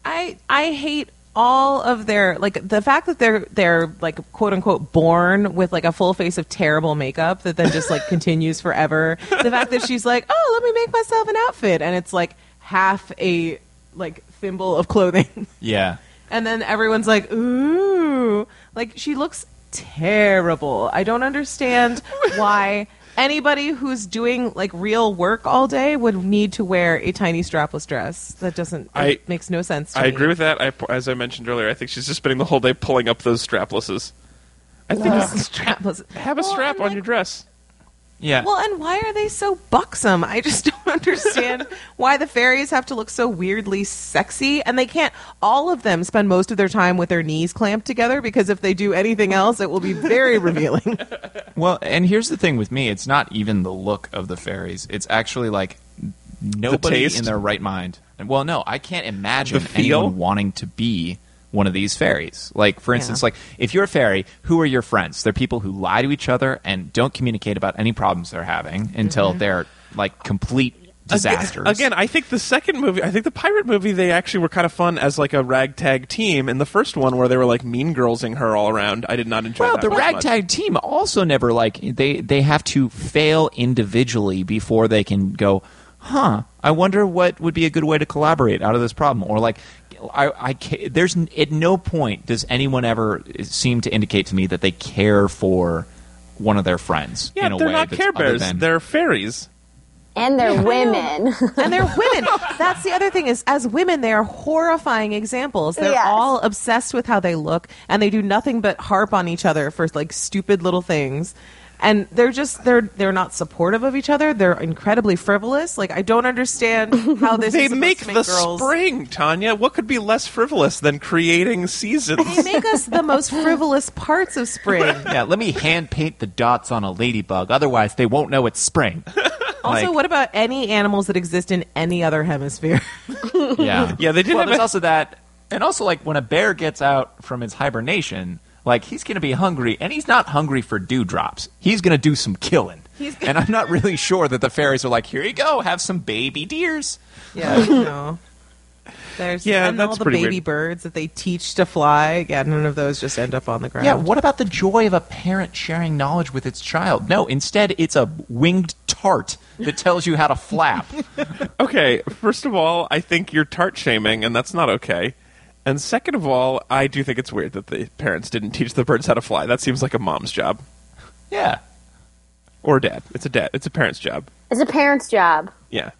Speaker 6: I I hate all of their like the fact that they're they're like quote unquote born with like a full face of terrible makeup that then just like continues forever. The fact that she's like, "Oh, let me make myself an outfit." And it's like half a like thimble of clothing.
Speaker 3: yeah,
Speaker 6: And then everyone's like, ooh. Like, she looks terrible. I don't understand why anybody who's doing like real work all day would need to wear a tiny strapless dress. That doesn't, it
Speaker 1: I-
Speaker 6: makes no sense. To
Speaker 1: I
Speaker 6: me.
Speaker 1: agree with that. I, as I mentioned earlier, I think she's just spending the whole day pulling up those straplesses. I think it's-
Speaker 6: strapless.
Speaker 1: have a
Speaker 6: Well,
Speaker 1: strap
Speaker 6: and,
Speaker 1: on
Speaker 6: like,
Speaker 1: your dress.
Speaker 3: yeah.
Speaker 6: Well, and why are they so buxom? I just don't understand why the fairies have to look so weirdly sexy. And they can't, all of them spend most of their time with their knees clamped together because if they do anything else, it will be very revealing.
Speaker 3: Well, and here's the thing with me: it's not even the look of the fairies. It's actually like nobody
Speaker 1: taste?
Speaker 3: in their right mind. And- Well, no, I can't imagine
Speaker 1: The feel?
Speaker 3: anyone wanting to be one of these fairies. Like, for instance,
Speaker 6: Yeah.
Speaker 3: like if you're a fairy, who are your friends? They're people who lie to each other and don't communicate about any problems they're having until they're like complete disasters.
Speaker 1: Again, I think the second movie, I think the pirate movie, they actually were kind of fun as like a ragtag team. And the first one where they were like mean girlsing her all around, I did not enjoy.
Speaker 3: Well,
Speaker 1: that
Speaker 3: the
Speaker 1: one much.
Speaker 3: ragtag team also never like they they have to fail individually before they can go. Huh? I wonder what would be a good way to collaborate out of this problem, or like. I, I ca- there's n- at no point does anyone ever seem to indicate to me that they care for one of their friends
Speaker 1: Yeah,
Speaker 3: in a
Speaker 1: they're
Speaker 3: way
Speaker 1: not
Speaker 3: that's
Speaker 1: Care
Speaker 3: other
Speaker 1: Bears;
Speaker 3: than-
Speaker 1: they're fairies.
Speaker 2: And they're women.
Speaker 6: and they're women. That's the other thing is, as women, they are horrifying examples. They're
Speaker 2: Yes.
Speaker 6: all obsessed with how they look, and they do nothing but harp on each other for like stupid little things. and they're just they're they're not supportive of each other. They're incredibly frivolous. Like I don't understand how this
Speaker 1: They
Speaker 6: is supposed
Speaker 1: make
Speaker 6: to
Speaker 1: the
Speaker 6: make girls.
Speaker 1: spring, Tanya. What could be less frivolous than creating
Speaker 6: They
Speaker 1: seasons?
Speaker 6: make us the most frivolous parts of spring.
Speaker 3: Yeah, let me hand paint the dots on a ladybug. Otherwise, they won't know it's spring.
Speaker 6: Also,
Speaker 3: Like-
Speaker 6: what about any animals that exist in any other hemisphere?
Speaker 3: Yeah,
Speaker 1: Yeah, they did
Speaker 3: Well,
Speaker 1: have
Speaker 3: there's
Speaker 1: a-
Speaker 3: also that, and also like when a bear gets out from his hibernation, like he's gonna be hungry, and he's not hungry for dewdrops. He's gonna do some killing, and I'm not really sure that the fairies are like, here you go, have some baby deers.
Speaker 6: yeah, you know. There's
Speaker 1: Yeah,
Speaker 6: and all
Speaker 1: that's
Speaker 6: the
Speaker 1: pretty
Speaker 6: baby
Speaker 1: weird.
Speaker 6: birds that they teach to fly. Yeah, none of those just end up on the ground.
Speaker 3: Yeah, what about the joy of a parent sharing knowledge with its child? No, instead it's a winged tart that tells you how to flap.
Speaker 1: okay, first of all, I think you're tart shaming, and that's not okay. And second of all, I do think it's weird that the parents didn't teach the birds how to fly. That seems like a mom's job
Speaker 3: yeah.
Speaker 1: or a dad. It's a dad. It's a parent's job.
Speaker 2: It's a parent's job.
Speaker 1: Yeah,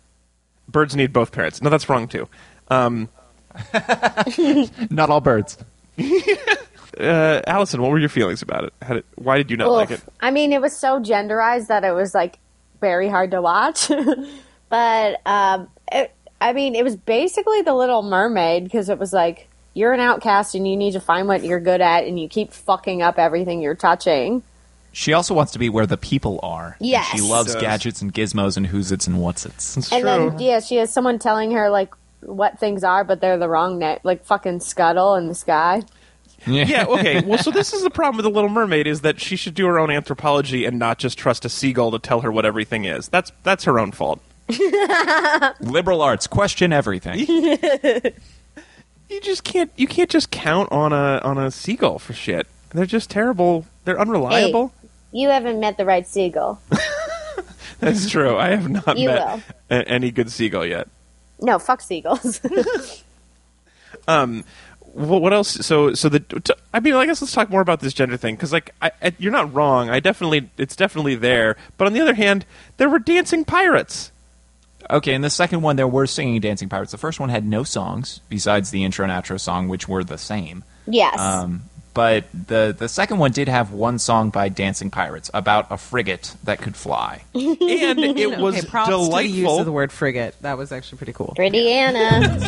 Speaker 1: birds need both parents. No, that's wrong too. Um,
Speaker 3: Not all birds.
Speaker 1: uh, Allison, what were your feelings about it? How did, why did you not like it?
Speaker 2: Oof. I mean, it was so genderized that it was like very hard to watch. but um, it, I mean, it was basically The Little Mermaid because it was like you're an outcast and you need to find what you're good at, and you keep fucking up everything you're touching.
Speaker 3: She also wants to be where the people are. And
Speaker 2: Yes.
Speaker 3: She loves
Speaker 1: Does.
Speaker 3: gadgets and gizmos and who's its and what's its.
Speaker 1: It's
Speaker 2: And
Speaker 1: true.
Speaker 2: then yeah, she has someone telling her like what things are, but they're the wrong name, like fucking scuttle in the sky.
Speaker 1: yeah, okay. Well, so this is the problem with the Little Mermaid is that she should do her own anthropology and not just trust a seagull to tell her what everything is. That's that's her own fault.
Speaker 3: Liberal arts question everything.
Speaker 1: You just can't you can't just count on a on a seagull for shit. They're just terrible. They're unreliable.
Speaker 2: You haven't met the right seagull.
Speaker 1: That's true. I have not
Speaker 2: You
Speaker 1: met a- any good seagull yet.
Speaker 2: No, fuck seagulls.
Speaker 1: What, what else? So, so the. T- I mean, I guess let's talk more about this gender thing because, like, I, I, you're not wrong. I definitely, it's definitely there. But on the other hand, there were dancing pirates.
Speaker 3: Okay, in the second one, there were singing and dancing pirates. The first one had no songs besides the intro and outro song, which were the same.
Speaker 2: yes.
Speaker 1: Uh,
Speaker 3: Um, but the the second one did have one song by Dancing Pirates about a frigate that could fly.
Speaker 1: and it was
Speaker 6: okay, props to the use
Speaker 1: delightful.
Speaker 6: of the word frigate. That was actually pretty cool.
Speaker 2: Pretty Anna.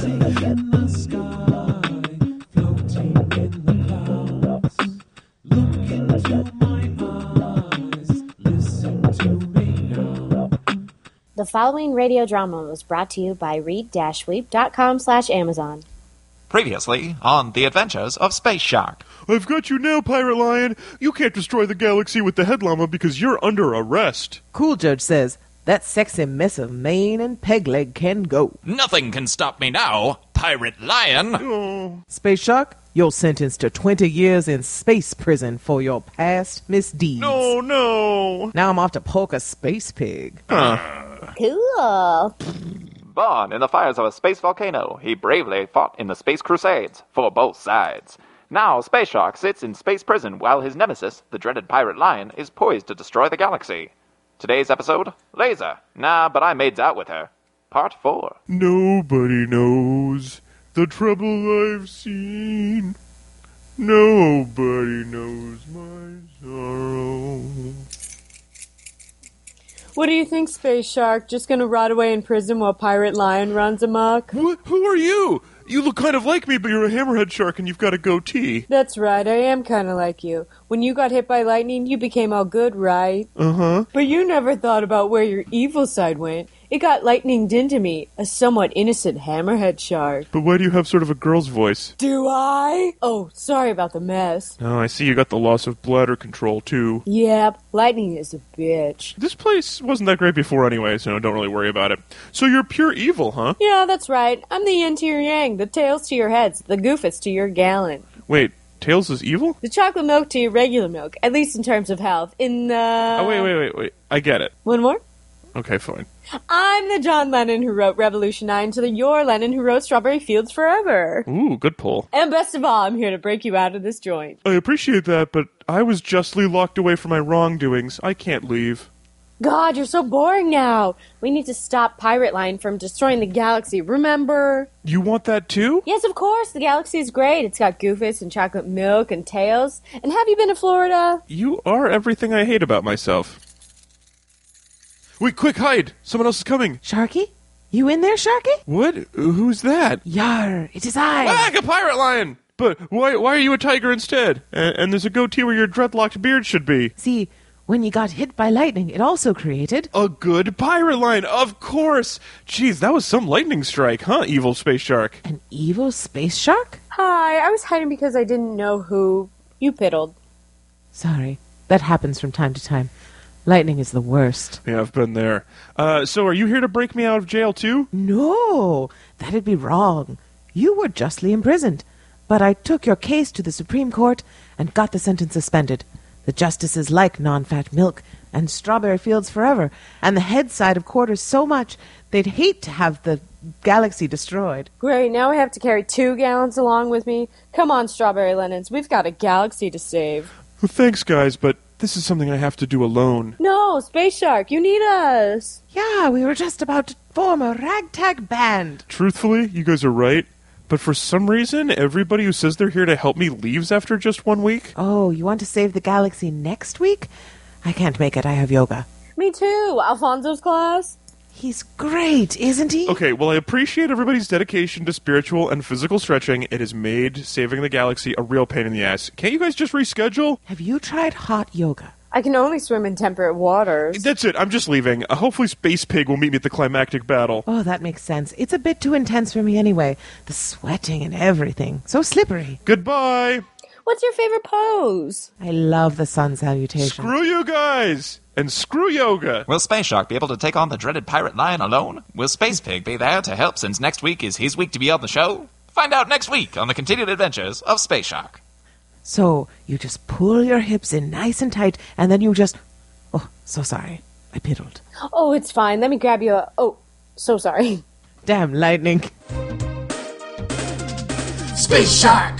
Speaker 2: The following radio drama was brought to you by read-weep.com slash Amazon.
Speaker 3: Previously on the Adventures of Space Shark.
Speaker 8: I've got you now, Pirate Lion. You can't destroy the galaxy with the headlama because you're under arrest.
Speaker 6: Cool Judge says that sexy mess of mane and peg leg can go.
Speaker 3: Nothing can stop me now, Pirate Lion.
Speaker 6: Space Shark, you're sentenced to 20 years in space prison for your past misdeeds.
Speaker 1: oh no!
Speaker 6: Now I'm off to poke a space pig.
Speaker 2: Cool.
Speaker 3: Born in the fires of a space volcano, he bravely fought in the space crusades for both sides. Now, Space Shark sits in space prison while his nemesis, the dreaded Pirate Lion, is poised to destroy the galaxy. Today's episode Laser. Nah, but I mades out with her. Part 4.
Speaker 8: Nobody knows the trouble I've seen. Nobody knows my sorrow.
Speaker 9: What do you think, Space Shark? Just gonna rot away in prison while Pirate Lion runs amok?
Speaker 8: Wh- who are you? You look kind of like me, but you're a hammerhead shark and you've got a goatee.
Speaker 9: That's right, I am kinda like you. When you got hit by lightning, you became all good, right? Uh huh. But you never thought about where your evil side went. It got lightninged into me, a somewhat innocent hammerhead shark.
Speaker 1: But why do you have sort of a girl's voice?
Speaker 9: Do I? Oh, sorry about the mess.
Speaker 1: Oh, I see. You got the loss of bladder control too.
Speaker 9: Yep, lightning is a bitch.
Speaker 1: This place wasn't that great before, anyway, so don't really worry about it. So you're pure evil, huh?
Speaker 9: Yeah, that's right. I'm the yin to your yang, the tails to your heads, the goofus to your gallon.
Speaker 1: Wait, Tails is evil?
Speaker 9: The chocolate milk to your regular milk, at least in terms of health. In the
Speaker 1: oh wait, wait, wait, wait. I get it.
Speaker 9: one more.
Speaker 1: Okay, fine.
Speaker 9: I'm the John Lennon who wrote Revolution 9 to the your Lennon who wrote Strawberry Fields Forever.
Speaker 1: Ooh, good pull.
Speaker 9: And best of all, I'm here to break you out of this joint.
Speaker 8: I appreciate that, but I was justly locked away for my wrongdoings. I can't leave.
Speaker 9: God, you're so boring now. We need to stop Pirate Line from destroying the galaxy, remember?
Speaker 1: You want that too?
Speaker 9: Yes, of course, the galaxy is great. It's got Goofus and chocolate milk and tails. And have you been to Florida?
Speaker 1: You are everything I hate about myself. Wait, quick, hide! Someone else is coming.
Speaker 6: Sharky? You in there, Sharky?
Speaker 1: What? Who's that?
Speaker 6: Yar, it is I.
Speaker 1: Ah, like a pirate lion! But why, why are you a tiger instead? And, and there's a goatee where your dreadlocked beard should be.
Speaker 6: See, when you got hit by lightning, it also created.
Speaker 1: A good pirate lion, of course! Jeez, that was some lightning strike, huh, evil space shark?
Speaker 6: An evil space shark?
Speaker 9: Hi, I was hiding because I didn't know who. You piddled.
Speaker 6: Sorry, that happens from time to time. Lightning is the worst.
Speaker 1: Yeah, I've been there. Uh, so are you here to break me out of jail too?
Speaker 6: No, that'd be wrong. You were justly imprisoned, but I took your case to the Supreme Court and got the sentence suspended. The justices like non fat milk and strawberry fields forever, and the head side of quarters so much they'd hate to have the galaxy destroyed.
Speaker 9: Great, now I have to carry two gallons along with me. Come on, Strawberry Lennons, we've got a galaxy to save.
Speaker 1: Well, thanks, guys, but this is something I have to do alone.
Speaker 9: No, Space Shark, you need us.
Speaker 6: Yeah, we were just about to form a ragtag band.
Speaker 1: Truthfully, you guys are right. But for some reason, everybody who says they're here to help me leaves after just one week.
Speaker 6: Oh, you want to save the galaxy next week? I can't make it, I have yoga.
Speaker 9: Me too, Alfonso's class.
Speaker 6: He's great, isn't he?
Speaker 1: Okay, well, I appreciate everybody's dedication to spiritual and physical stretching. It has made saving the galaxy a real pain in the ass. Can't you guys just reschedule?
Speaker 6: Have you tried hot yoga?
Speaker 9: I can only swim in temperate waters.
Speaker 1: That's it. I'm just leaving. Uh, hopefully, Space Pig will meet me at the climactic battle.
Speaker 6: Oh, that makes sense. It's a bit too intense for me anyway. The sweating and everything. So slippery.
Speaker 1: Goodbye.
Speaker 9: What's your favorite pose?
Speaker 6: I love the sun salutation.
Speaker 1: Screw you guys and screw yoga.
Speaker 3: Will Space Shark be able to take on the dreaded pirate lion alone? Will Space Pig be there to help since next week is his week to be on the show? Find out next week on the continued adventures of Space Shark.
Speaker 6: so you just pull your hips in nice and tight, and then you just. Oh, so sorry. I piddled.
Speaker 9: Oh, it's fine. Let me grab you a. Oh, so sorry.
Speaker 6: Damn lightning.
Speaker 7: Space Shark!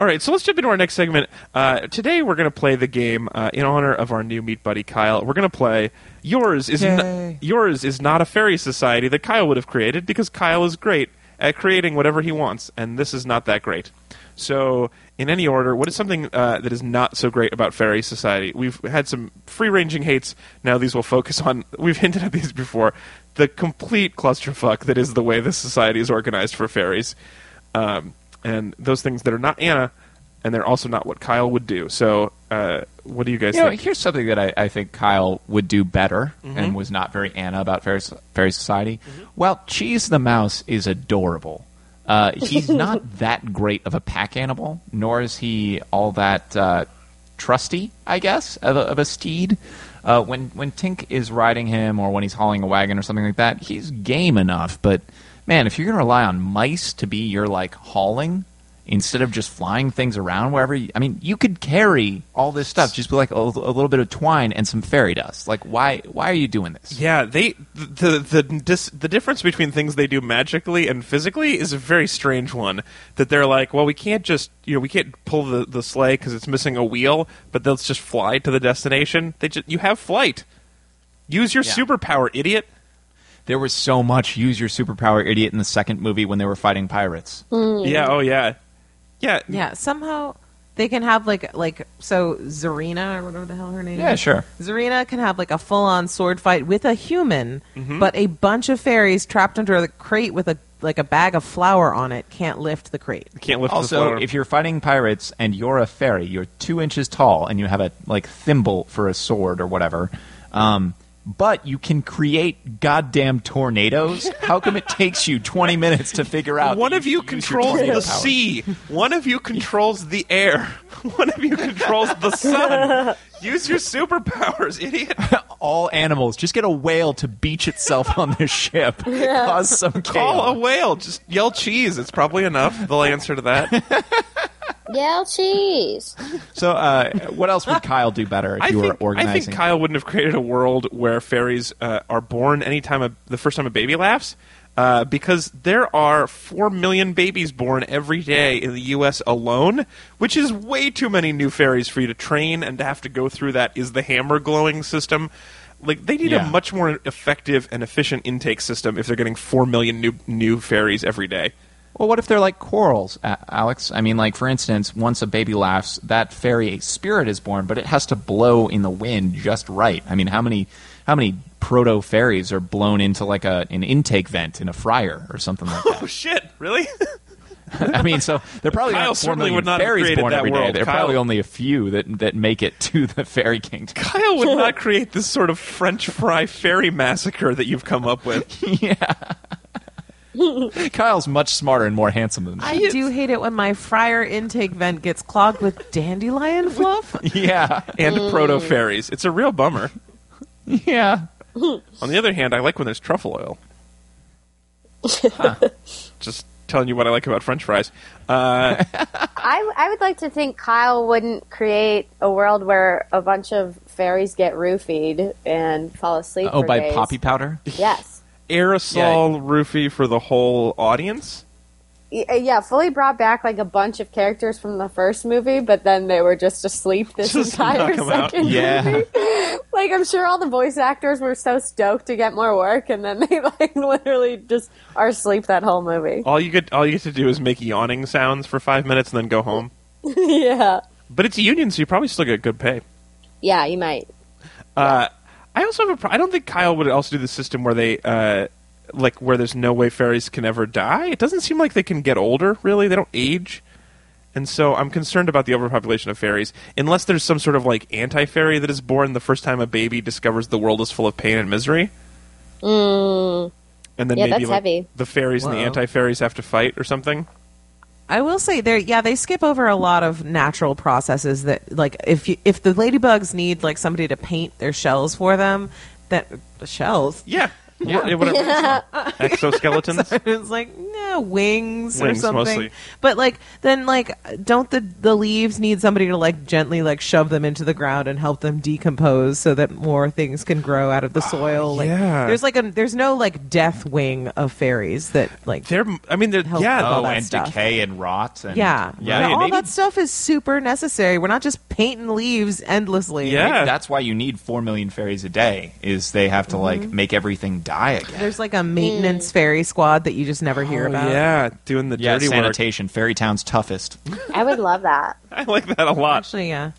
Speaker 1: All right, so let's jump into our next segment. Uh, today, we're going to play the game uh, in honor of our new meat buddy Kyle. We're going to play yours is n-
Speaker 3: Yay.
Speaker 1: yours is not a fairy society that Kyle would have created because Kyle is great at creating whatever he wants, and this is not that great. So, in any order, what is something uh, that is not so great about fairy society? We've had some free ranging hates. Now these will focus on. We've hinted at these before. The complete clusterfuck that is the way this society is organized for fairies um, and those things that are not Anna, and they're also not what Kyle would do. So, uh, what do you guys
Speaker 3: You know,
Speaker 1: think? Mm-hmm.
Speaker 3: here's something that I, I think Kyle would do better and was not very Anna about Fairy, Fairy Society. Well, Cheese the Mouse is adorable. Uh, he's not that great of a pack animal, nor is he all that uh, trusty, I guess, of a, of a steed. Uh, when when Tink is riding him, or when he's hauling a wagon or something like that, he's game enough. But man, if you're going to rely on mice to be your like hauling instead of just flying things around wherever, you, I mean, you could carry all this stuff just with like a, a little bit of twine and some fairy dust. Like, why why are you doing this?
Speaker 1: Yeah, they the the dis, the difference between things they do magically and physically is a very strange one. That they're like, well, we can't just you know we can't pull the the sleigh because it's missing a wheel, but let's just fly to the destination. They just you have flight. Use your
Speaker 3: Yeah.
Speaker 1: superpower, idiot.
Speaker 3: There was so much use your superpower idiot in the second movie when they were fighting pirates.
Speaker 1: Yeah. Oh yeah. Yeah.
Speaker 6: Yeah, somehow they can have like like so Zarina or whatever the hell her name
Speaker 3: Yeah,
Speaker 6: is.
Speaker 3: sure.
Speaker 6: Zarina can have like a full on sword fight with a human, but a bunch of fairies trapped under a crate with a like a bag of flour on it can't lift the crate.
Speaker 1: Can't lift the
Speaker 3: Also,
Speaker 1: flower.
Speaker 3: if you're fighting pirates and you're a fairy, you're two inches tall and you have a like thimble for a sword or whatever. Um, but you can create goddamn tornadoes. How come it takes you 20 minutes to figure out?
Speaker 1: One
Speaker 3: that
Speaker 1: of you
Speaker 3: should use
Speaker 1: controls
Speaker 3: your
Speaker 1: the
Speaker 3: tornado powers?
Speaker 1: sea. One of you controls the air. One of you controls the sun. Use your superpowers, idiot.
Speaker 3: All animals. Just get a whale to beach itself on their ship. Cause some chaos.
Speaker 1: Call a whale. Just yell cheese. It's probably enough. They'll answer to that.
Speaker 2: Yell cheese.
Speaker 3: So, uh, what else would Kyle do better if
Speaker 1: I
Speaker 3: you
Speaker 1: think,
Speaker 3: were
Speaker 1: I
Speaker 3: organizing?
Speaker 1: think Kyle wouldn't have created a world where fairies uh, are born anytime a, the first time a baby laughs. Uh, because there are 4 million babies born every day in the U.S. alone, which is way too many new fairies for you to train and to have to go through that is the hammer glowing system. Like they need
Speaker 3: Yeah.
Speaker 1: a much more effective and efficient intake system if they're getting four million new new fairies every day.
Speaker 3: Well, what if they're like quarrels, A- Alex? I mean, like for instance, once a baby laughs, that fairy spirit is born, but it has to blow in the wind just right. I mean, how many how many proto fairies are blown into like a an intake vent in a fryer or something like that?
Speaker 1: Oh shit! Really?
Speaker 3: I mean, so they're probably
Speaker 1: Kyle
Speaker 3: not four
Speaker 1: certainly
Speaker 3: million
Speaker 1: would not have
Speaker 3: fairies
Speaker 1: created
Speaker 3: born
Speaker 1: that
Speaker 3: every day.
Speaker 1: world.
Speaker 3: There are
Speaker 1: Kyle-
Speaker 3: probably only a few that that make it to the fairy kingdom.
Speaker 1: Kyle would not create this sort of French fry fairy massacre that you've come up with.
Speaker 3: Kyle's much smarter and more handsome than
Speaker 6: I
Speaker 3: that.
Speaker 6: do hate it when my fryer intake vent gets clogged with dandelion fluff.
Speaker 3: yeah,
Speaker 1: and proto fairies. It's a real bummer.
Speaker 3: yeah.
Speaker 1: On the other hand, I like when there's truffle oil. Just telling you what I like about French fries. Uh,
Speaker 2: I, I would like to think Kyle wouldn't create a world where a bunch of fairies get roofied and fall asleep.
Speaker 3: Oh,
Speaker 2: for
Speaker 3: by
Speaker 2: days.
Speaker 3: poppy powder.
Speaker 2: Yes.
Speaker 1: aerosol roofie for the whole audience.
Speaker 2: Y- uh, Yeah, fully brought back like a bunch of characters from the first movie, but then they were just asleep this
Speaker 1: Just
Speaker 2: entire
Speaker 1: knock 'em out.
Speaker 2: second
Speaker 3: Yeah.
Speaker 2: movie. Like I'm sure all the voice actors were so stoked to get more work, and then they like literally just are asleep that whole movie.
Speaker 1: All you get, all you get to do is make yawning sounds for five minutes and then go home.
Speaker 2: yeah,
Speaker 1: But it's a union, so you probably still get good pay.
Speaker 2: yeah, you might.
Speaker 1: Uh, I also have a. Pro- I don't think Kyle would also do the system where they, uh, like, where there's no way fairies can ever die. It doesn't seem like they can get older. Really, they don't age, and so I'm concerned about the overpopulation of fairies. Unless there's some sort of like anti fairy that is born the first time a baby discovers the world is full of pain and misery. And then
Speaker 2: Mm. Yeah,
Speaker 1: maybe
Speaker 2: that's
Speaker 1: like,
Speaker 2: heavy.
Speaker 1: the fairies and the
Speaker 6: Whoa.
Speaker 1: anti fairies have to fight or something.
Speaker 6: I will say there, yeah, they skip over a lot of natural processes that, like, if you, if the ladybugs need like somebody to paint their shells for them, that shells.
Speaker 1: Yeah, yeah. whatever. Exoskeletons.
Speaker 6: So it's like nah, wings, or
Speaker 1: Wings,
Speaker 6: something.
Speaker 1: mostly.
Speaker 6: But like then like don't the the leaves need somebody to like gently like shove them into the ground and help them decompose so that more things can grow out of the soil. like
Speaker 1: Ah, yeah.
Speaker 6: there's like a there's no like death wing of fairies that like
Speaker 1: They're. I mean, they're.
Speaker 6: Help.
Speaker 1: Yeah.
Speaker 6: all
Speaker 3: Oh,
Speaker 6: that
Speaker 3: and
Speaker 6: stuff.
Speaker 3: decay and rot. And,
Speaker 6: yeah.
Speaker 3: yeah.
Speaker 6: And all
Speaker 3: maybe
Speaker 6: that stuff is super necessary. We're not just painting leaves endlessly.
Speaker 1: Yeah.
Speaker 3: Maybe that's why you need four million fairies a day. Is they have to like
Speaker 6: Mm-hmm.
Speaker 3: make everything die again.
Speaker 6: There's like a maintenance fairy squad that you just never hear
Speaker 1: Oh,
Speaker 6: about.
Speaker 1: yeah, doing the
Speaker 3: yeah,
Speaker 1: dirty work.
Speaker 3: sanitation. Fairy town's toughest.
Speaker 2: I would love that.
Speaker 1: I like that a lot.
Speaker 6: Actually, yeah.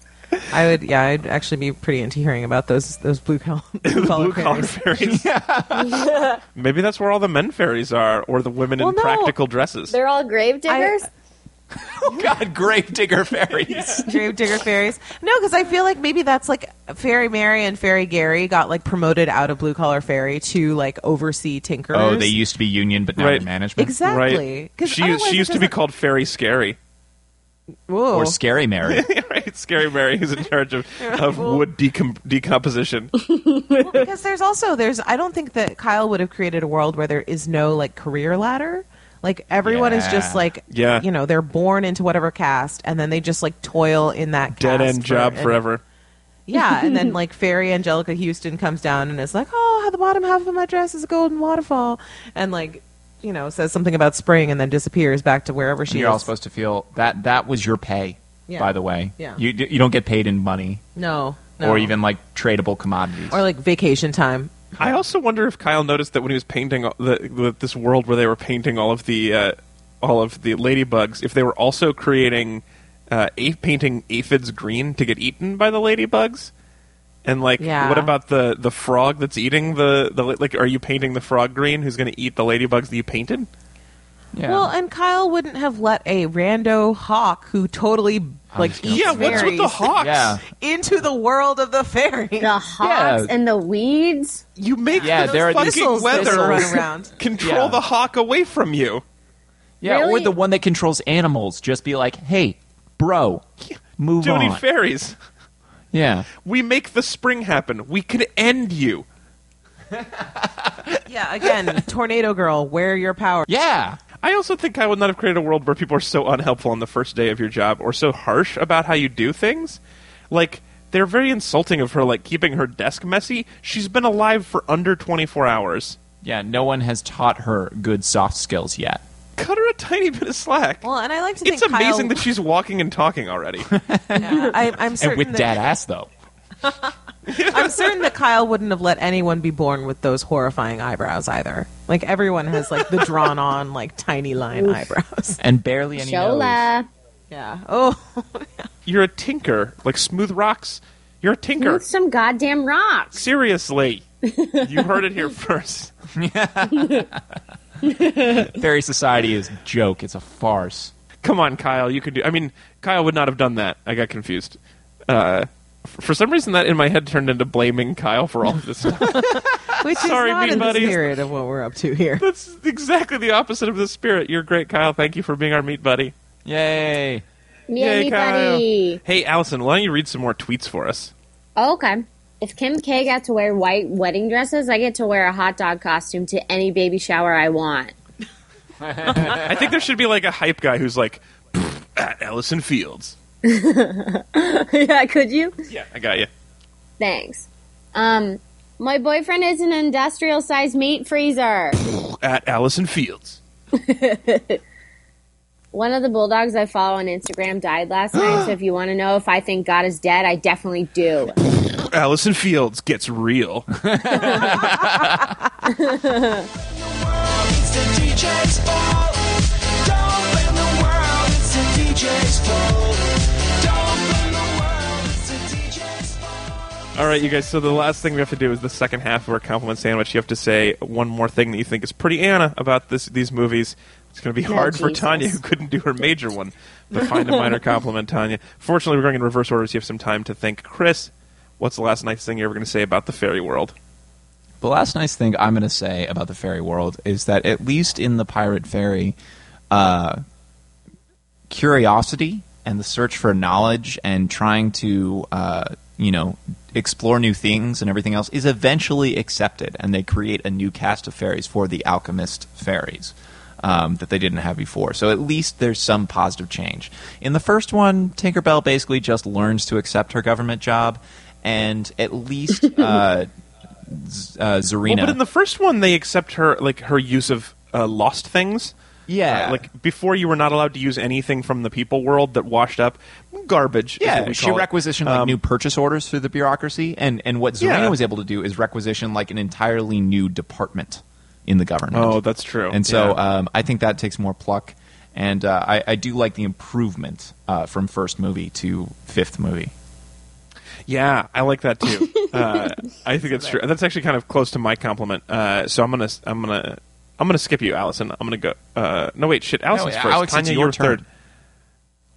Speaker 6: I would, yeah, I'd actually be pretty into hearing about those those blue collar blue collar
Speaker 1: blue collar
Speaker 6: fairies.
Speaker 1: fairies. Maybe that's where all the men fairies are, or the women
Speaker 6: Well,
Speaker 1: in
Speaker 6: no.
Speaker 1: practical dresses.
Speaker 2: They're all grave diggers.
Speaker 3: oh God, grave digger fairies.
Speaker 6: Grave digger fairies. No, because I feel like maybe that's like Fairy Mary and Fairy Gary got like promoted out of blue collar fairy to like oversee tinkerers.
Speaker 3: Oh, they used to be union, but now
Speaker 1: Right.
Speaker 3: in management.
Speaker 6: exactly.
Speaker 1: Right?
Speaker 6: 'Cause
Speaker 1: She,
Speaker 6: otherwise
Speaker 1: she
Speaker 6: it
Speaker 1: used to be
Speaker 6: doesn't-
Speaker 1: called Fairy Scary.
Speaker 6: Whoa.
Speaker 3: Or scary Mary.
Speaker 1: right? Scary Mary, who's in charge of, of wood decom- decomposition.
Speaker 6: because there's also there's I don't think that Kyle would have created a world where there is no like career ladder. Like everyone is just
Speaker 3: Yeah.
Speaker 6: like
Speaker 1: Yeah.
Speaker 6: you know, they're born into whatever cast and then they just like toil in that
Speaker 1: Dead
Speaker 6: cast
Speaker 1: end
Speaker 6: for-
Speaker 1: job
Speaker 6: and-
Speaker 1: forever.
Speaker 6: Yeah, and then like fairy Angelica Houston comes down and is like, "Oh, how the bottom half of my dress is a golden waterfall," and like, you know, says something about spring and then disappears back to wherever she
Speaker 3: You're
Speaker 6: is.
Speaker 3: all supposed to feel that that was your pay.
Speaker 6: Yeah.
Speaker 3: By the way,
Speaker 6: Yeah.
Speaker 3: you you don't get paid in money
Speaker 6: no, no,
Speaker 3: or even like tradable commodities.
Speaker 6: or like vacation time.
Speaker 1: I also wonder if Kyle noticed that when he was painting all- the, the, this world where they were painting all of the uh, all of the ladybugs, if they were also creating uh, a- painting aphids green to get eaten by the ladybugs, and like,
Speaker 6: Yeah.
Speaker 1: what about the the frog that's eating the the la- like? Are you painting the frog green? Who's going to eat the ladybugs that you painted?
Speaker 3: yeah.
Speaker 6: Well, and Kyle wouldn't have let a rando hawk who totally like
Speaker 3: just gonna
Speaker 6: eats
Speaker 1: Yeah, what's with the
Speaker 6: fairies
Speaker 1: hawks?
Speaker 3: yeah,
Speaker 6: into the world of the fairy.
Speaker 2: The hawks
Speaker 3: Yeah.
Speaker 2: and the weeds.
Speaker 1: You make
Speaker 3: Yeah,
Speaker 1: the
Speaker 3: there are these-
Speaker 1: fucking
Speaker 6: Thistles that
Speaker 1: weather
Speaker 6: run around.
Speaker 1: control
Speaker 3: Yeah.
Speaker 1: the hawk away from you.
Speaker 3: yeah, or
Speaker 2: Really?
Speaker 3: the one that controls animals. Just be like, hey, bro, move
Speaker 1: Do any
Speaker 3: on.
Speaker 1: fairies?
Speaker 3: yeah,
Speaker 1: We make the spring happen. We can end you.
Speaker 6: Yeah, again, tornado girl, wear your power.
Speaker 3: yeah.
Speaker 1: I also think I would not have created a world where people are so unhelpful on the first day of your job or so harsh about how you do things. Like, they're very insulting of her, like, keeping her desk messy. She's been alive for under 24 hours.
Speaker 3: Yeah, no one has taught her good soft skills yet.
Speaker 1: Cut her a tiny bit of slack.
Speaker 6: Well, and I like to think
Speaker 1: it's amazing
Speaker 6: Kyle,
Speaker 1: that she's walking and talking already.
Speaker 6: I, I'm certain
Speaker 3: and with
Speaker 6: that
Speaker 3: dad ass though.
Speaker 6: I'm certain that Kyle wouldn't have let anyone be born with those horrifying eyebrows either. Like everyone has like the drawn on like tiny line eyebrows.
Speaker 3: and barely any nose.
Speaker 2: Shola.
Speaker 6: Yeah. Oh,
Speaker 1: You're a tinker, like smooth rocks. You're a tinker.
Speaker 2: Move some goddamn rocks.
Speaker 1: Seriously, you heard it here first.
Speaker 3: Fairy society is a joke. It's a farce.
Speaker 1: Come on, Kyle, you could do. I mean, Kyle would not have done that. I got confused. Uh, f- for some reason, that in my head turned into blaming Kyle for all of this stuff.
Speaker 6: which is
Speaker 1: Sorry,
Speaker 6: not
Speaker 1: mean
Speaker 6: in
Speaker 1: buddies.
Speaker 6: the spirit of what we're up to here.
Speaker 1: That's exactly the opposite of the spirit. You're great, Kyle. Thank you for being our meat buddy.
Speaker 3: Yay.
Speaker 2: Yeah,
Speaker 1: Yay,
Speaker 2: me buddy.
Speaker 1: Hey, Allison, why don't you read some more tweets for us?
Speaker 2: Oh, okay. If Kim K got to wear white wedding dresses, I get to wear a hot dog costume to any baby shower I want.
Speaker 1: I think there should be like a hype guy who's like, "Pfft, at Allison Fields.
Speaker 2: yeah, could you?
Speaker 1: Yeah, I got you.
Speaker 2: Thanks. Um, my boyfriend is an industrial sized meat freezer.
Speaker 1: At Allison Fields.
Speaker 2: One of the bulldogs I follow on Instagram died last night, so if you want to know if I think God is dead, I definitely do.
Speaker 1: Allison Fields gets real.
Speaker 7: It's the DJ's fault. Don't blame the world. It's the DJ's fault. Don't blame the world. It's the DJ's fault.
Speaker 1: All right, you guys. So the last thing we have to do is the second half of our compliment sandwich. You have to say one more thing that you think is pretty Anna about this these movies. It's going to be hard for
Speaker 2: Jesus.
Speaker 1: Tanya, who couldn't do her major one, but find a minor compliment, Tanya. Fortunately, we're going in reverse order, so you have some time to think. Chris, what's the last nice thing you're ever going to say about the fairy world?
Speaker 3: The last nice thing I'm going to say about the fairy world is that at least in the pirate fairy, uh, curiosity and the search for knowledge and trying to uh, you know explore new things and everything else is eventually accepted, and they create a new cast of fairies for the alchemist fairies. Um, that they didn't have before. So at least there's some positive change. In the first one, Tinkerbell basically just learns to accept her government job, and at least uh, Z- uh, Zarina.
Speaker 1: Well, but in the first one, they accept her like her use of uh, lost things.
Speaker 3: Yeah.
Speaker 1: Uh, like before, you were not allowed to use anything from the people world that washed up garbage. is what
Speaker 3: Yeah,
Speaker 1: we
Speaker 3: she
Speaker 1: call it. Um,
Speaker 3: requisitioned like new purchase orders through the bureaucracy, and and what Serena
Speaker 1: Yeah.
Speaker 3: was able to do is requisition like an entirely new department in the government.
Speaker 1: Oh, that's true.
Speaker 3: And so
Speaker 1: Yeah.
Speaker 3: um, I think that takes more pluck, and uh, I, I do like the improvement uh, from first movie to fifth movie.
Speaker 1: Yeah, I like that too. Uh, I think that's true. That's actually kind of close to my compliment. Uh, so I'm gonna, I'm gonna, I'm gonna skip you, Allison. I'm gonna go. Uh, no, wait, shit. Allison's
Speaker 3: No,
Speaker 1: first.
Speaker 3: Alex, it's
Speaker 1: Tanya,
Speaker 3: your
Speaker 1: you're
Speaker 3: turn.
Speaker 1: third.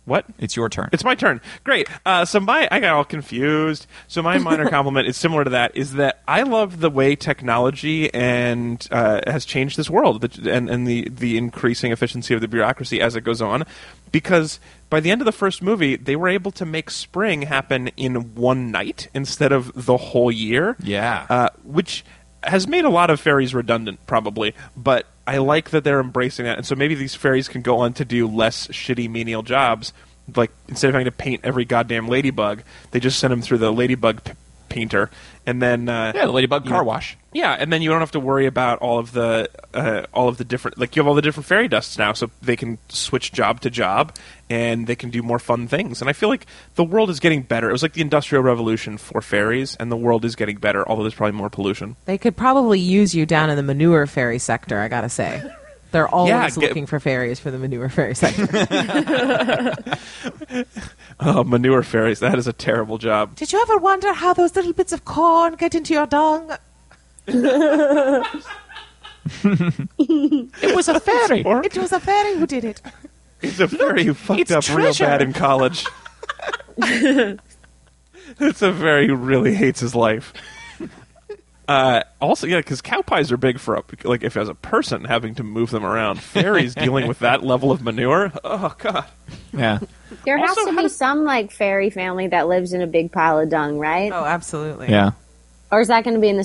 Speaker 1: What?
Speaker 3: It's your turn.
Speaker 1: It's my turn. Great. Uh, so my I got all confused. So my minor compliment is similar to that. Is that I love the way technology and uh, has changed this world the- and and the the increasing efficiency of the bureaucracy as it goes on, because by the end of the first movie they were able to make spring happen in one night instead of the whole year.
Speaker 3: Yeah.
Speaker 1: Uh, which has made a lot of fairies redundant, probably, but I like that they're embracing that. And so maybe these fairies can go on to do less shitty menial jobs. Like, instead of having to paint every goddamn ladybug, they just send them through the ladybug p- painter. And then. Uh,
Speaker 3: yeah, the Ladybug
Speaker 1: you
Speaker 3: car
Speaker 1: know-
Speaker 3: wash.
Speaker 1: yeah, and then you don't have to worry about all of the uh, all of the different like you have all the different fairy dusts now, so they can switch job to job and they can do more fun things. And I feel like the world is getting better. It was like the industrial revolution for fairies, and the world is getting better, although there's probably more pollution.
Speaker 6: They could probably use you down in the manure fairy sector. I gotta say, they're always
Speaker 1: get-
Speaker 6: looking for fairies for the manure fairy sector.
Speaker 1: Oh, manure fairies! That is a terrible job.
Speaker 6: Did you ever wonder how those little bits of corn get into your dung?
Speaker 3: It was a fairy.
Speaker 1: Or
Speaker 6: It was a fairy who did it.
Speaker 1: it's a fairy who fucked
Speaker 3: it's
Speaker 1: up
Speaker 3: treasure.
Speaker 1: real bad in college. it's a fairy who really hates his life. Uh, also, yeah, because cow pies are big for a, like if as a person having to move them around. Fairies dealing with that level of manure. Oh god.
Speaker 3: yeah.
Speaker 2: There has
Speaker 1: Also,
Speaker 2: to
Speaker 1: how
Speaker 2: be
Speaker 1: do-
Speaker 2: some like fairy family that lives in a big pile of dung, right?
Speaker 6: Oh, absolutely.
Speaker 3: Yeah.
Speaker 2: Or is that going to be in the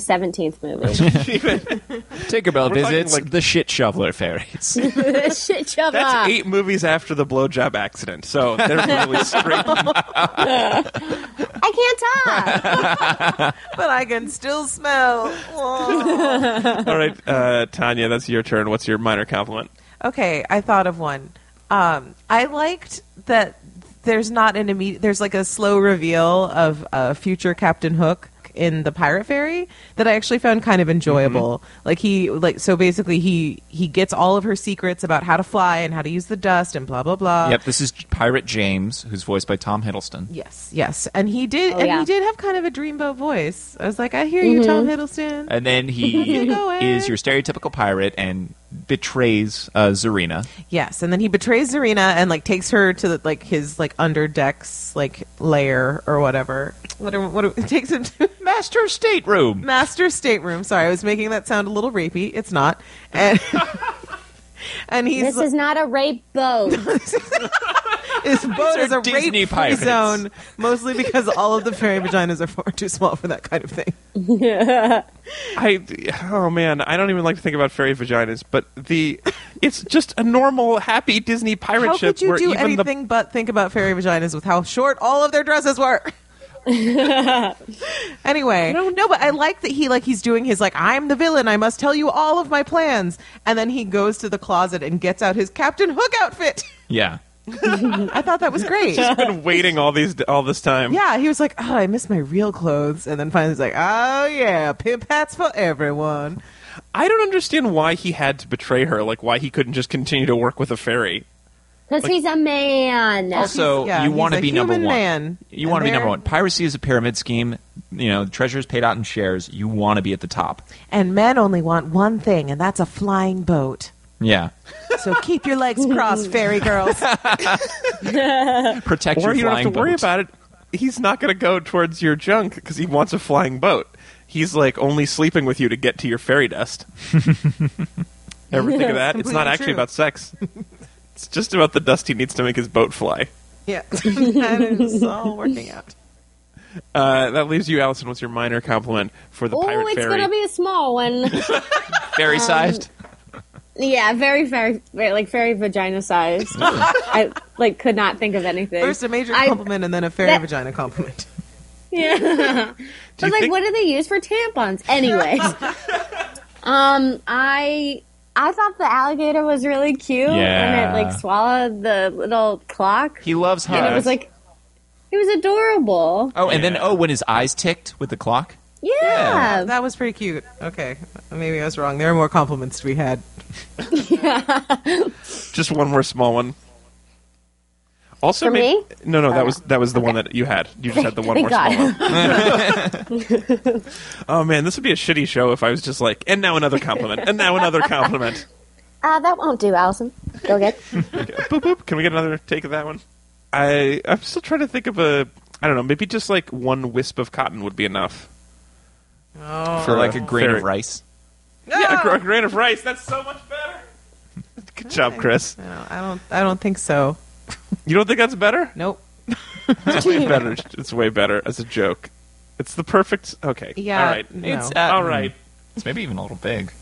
Speaker 2: seventeenth movie?
Speaker 3: Tinkerbell
Speaker 1: We're talking,
Speaker 3: visits
Speaker 1: like-
Speaker 3: the shit shoveler fairies.
Speaker 2: Shit, shove
Speaker 1: That's
Speaker 3: Ah.
Speaker 2: up.
Speaker 1: eight movies after the blowjob accident, so they're really straight.
Speaker 2: I can't talk.
Speaker 6: But I can still smell.
Speaker 1: All right, uh, Tanya, that's your turn. What's your minor compliment?
Speaker 6: Okay, I thought of one. Um, I liked that there's not an immediate. There's like a slow reveal of uh, future Captain Hook in the Pirate Fairy that I actually found kind of enjoyable. Like he like so basically he he gets all of her secrets about how to fly and how to use the dust and blah blah blah.
Speaker 3: Yep, this is Pirate James, who's voiced by Tom Hiddleston.
Speaker 6: Yes, yes, and he did,
Speaker 2: Oh,
Speaker 6: and
Speaker 2: yeah. Mm-hmm.
Speaker 6: he did have kind of a dreamboat voice. I was like, I hear you, Tom Hiddleston.
Speaker 3: And then he
Speaker 6: Go away.
Speaker 3: is your stereotypical pirate and betrays uh, Zarina.
Speaker 6: Yes, and then he betrays Zarina and like takes her to the, like his like underdecks like lair or whatever. What are- what are- takes him to
Speaker 3: Master stateroom.
Speaker 6: master stateroom. Sorry, I was making that sound a little rapey. It's not. And and he's
Speaker 2: This is not a rape boat.
Speaker 6: his boat is a
Speaker 3: Disney
Speaker 6: rape free
Speaker 3: pirates.
Speaker 6: zone, mostly because all of the fairy vaginas are far too small for that kind of thing.
Speaker 1: I oh man, I don't even like to think about fairy vaginas, but the it's just a normal happy Disney pirate
Speaker 6: How
Speaker 1: ship
Speaker 6: could you
Speaker 1: where
Speaker 6: do
Speaker 1: even
Speaker 6: anything but think about fairy vaginas with how short all of their dresses were? anyway, no, but I like that he like he's doing his like I'm the villain. I must tell you all of my plans, and then he goes to the closet and gets out his Captain Hook outfit.
Speaker 3: Yeah.
Speaker 6: I thought that was great.
Speaker 1: the been waiting all these all this time.
Speaker 6: Yeah, he was like, "Oh, I miss my real clothes," and then finally he's like, "Oh yeah, pimp hats for everyone."
Speaker 1: I don't understand why he had to betray her, like why he couldn't just continue to work with a fairy.
Speaker 2: Because he's a man.
Speaker 3: Also,
Speaker 6: Yeah,
Speaker 3: Oh, you
Speaker 6: he's
Speaker 3: want to
Speaker 6: a
Speaker 3: be number
Speaker 6: human
Speaker 3: one.
Speaker 6: man.
Speaker 3: You want to be
Speaker 6: And
Speaker 3: number one.
Speaker 6: there-
Speaker 3: Piracy is a pyramid scheme. You know, the treasure is paid out in shares. You want to be at the top.
Speaker 6: And men only want one thing, and that's a flying boat.
Speaker 3: Yeah.
Speaker 6: So keep your legs crossed, fairy girls.
Speaker 3: Protect
Speaker 1: Or
Speaker 3: your
Speaker 1: you don't have
Speaker 3: flying
Speaker 1: to worry
Speaker 3: boat.
Speaker 1: about it. He's not going to go towards your junk because he wants a flying boat. He's like only sleeping with you to get to your fairy dust. Ever think of that? It's not
Speaker 6: completely
Speaker 1: actually
Speaker 6: true.
Speaker 1: about sex. It's just about the dust he needs to make his boat fly.
Speaker 6: Yeah, and it was all working out.
Speaker 1: Uh, that leaves you, Allison. What's your minor compliment for the
Speaker 2: oh,
Speaker 1: pirate
Speaker 2: it's
Speaker 1: fairy?
Speaker 2: gonna be a small one.
Speaker 3: Fairy sized.
Speaker 2: yeah, very, very, very, like very vagina sized. I like could not think of anything.
Speaker 6: First a major
Speaker 2: I-
Speaker 6: compliment, and then a fairy
Speaker 2: that-
Speaker 6: vagina compliment.
Speaker 2: Yeah.
Speaker 1: Do
Speaker 2: But
Speaker 1: you
Speaker 2: like,
Speaker 1: think-
Speaker 2: what do they use for tampons? Anyways, um, I I thought the alligator was really cute
Speaker 3: Yeah.
Speaker 2: when it like swallowed the little clock,
Speaker 3: He loves her.
Speaker 2: and it was like it was adorable.
Speaker 3: oh, and then
Speaker 1: Yeah.
Speaker 3: oh, when his eyes ticked with the clock.
Speaker 2: Yeah, Um,
Speaker 3: Yeah.
Speaker 6: That was pretty cute. Okay, maybe I was wrong. There are more compliments to be had.
Speaker 1: Just one more small one. Also,
Speaker 2: For
Speaker 1: may-
Speaker 2: me? Oh.
Speaker 1: no, no, that was that was the one that you had. You just had the one more
Speaker 2: Thank God.
Speaker 1: small one. oh man, this would be a shitty show if I was just like, and now another compliment, and now another compliment.
Speaker 2: Uh, that won't do, Allison. Go get.
Speaker 1: boop boop. Can we get another take of that one? I I'm still trying to think of a. I don't know. Maybe just like one wisp of cotton would be enough.
Speaker 3: for like a grain
Speaker 1: Fairy-
Speaker 3: of rice.
Speaker 1: Yeah, a gra- grain of rice. That's so much better. Good job, Chris.
Speaker 6: I don't, I don't. I don't think so.
Speaker 1: You don't think that's better?
Speaker 6: Nope.
Speaker 1: It's way better. It's way better as a joke. It's the perfect. Okay.
Speaker 6: Yeah,
Speaker 1: All
Speaker 6: Mm-hmm.
Speaker 1: right.
Speaker 6: no. It's,
Speaker 3: uh,
Speaker 1: all right.
Speaker 3: It's maybe even a little big.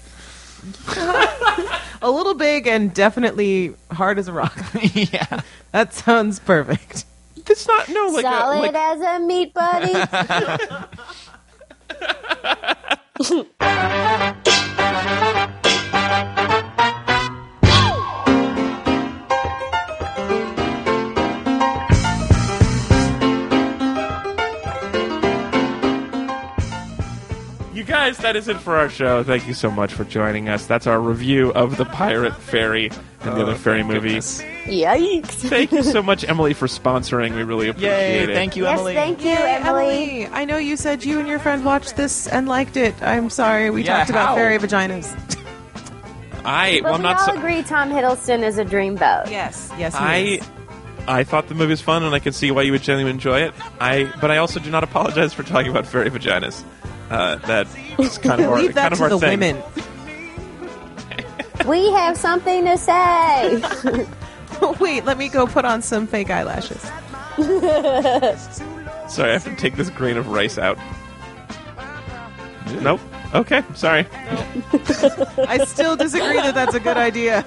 Speaker 6: A little big and definitely hard as a rock.
Speaker 3: yeah.
Speaker 6: That sounds perfect.
Speaker 1: It's not no like
Speaker 2: Solid
Speaker 1: a, like
Speaker 2: as a meat buddy.
Speaker 1: you guys. That is it for our show. Thank you so much for joining us. That's our review of the Pirate Fairy and the other fairy movies.
Speaker 2: Yikes!
Speaker 1: Thank you so much, Emily, for sponsoring. We really appreciate
Speaker 3: Yay!
Speaker 1: it.
Speaker 3: Thank you,
Speaker 2: Yes,
Speaker 3: Emily.
Speaker 2: thank you, Emily.
Speaker 6: Emily, I know you said you and your friend watched this and liked it. I'm sorry. We
Speaker 3: Yeah,
Speaker 6: talked about
Speaker 3: how?
Speaker 6: fairy vaginas.
Speaker 1: I
Speaker 2: But
Speaker 1: well, I'm
Speaker 2: we
Speaker 1: not.
Speaker 2: all
Speaker 1: so-
Speaker 2: agree Tom Hiddleston is a dreamboat.
Speaker 6: Yes. Yes.
Speaker 1: I I thought the movie was fun, and I can see why you would genuinely enjoy it. I but I also do not apologize for talking about fairy vaginas. Uh, that is kind of our,
Speaker 6: leave
Speaker 1: kind
Speaker 6: that
Speaker 1: of
Speaker 6: to
Speaker 1: our
Speaker 6: the
Speaker 1: thing.
Speaker 6: women.
Speaker 2: We have something to say.
Speaker 6: Wait, let me go put on some fake eyelashes.
Speaker 1: Sorry, I have to take this grain of rice out. Nope. Okay, sorry.
Speaker 6: I still disagree that that's a good idea.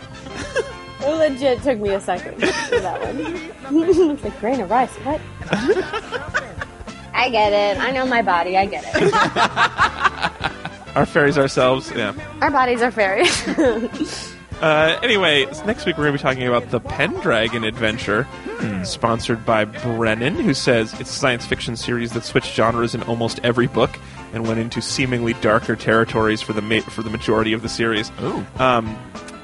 Speaker 2: It legit took me a second for that one. it's a grain of rice. What? I get it. I know my body. I get it.
Speaker 1: Our fairies ourselves. Yeah.
Speaker 2: Our bodies are fairies.
Speaker 1: Uh, Uh, anyway, s- next week we're going to be talking about the Pendragon Adventure, sponsored by Brennan, who says it's a science fiction series that switched genres in almost every book and went into seemingly darker territories for the ma- for the majority of the series.
Speaker 3: Ooh.
Speaker 1: Um,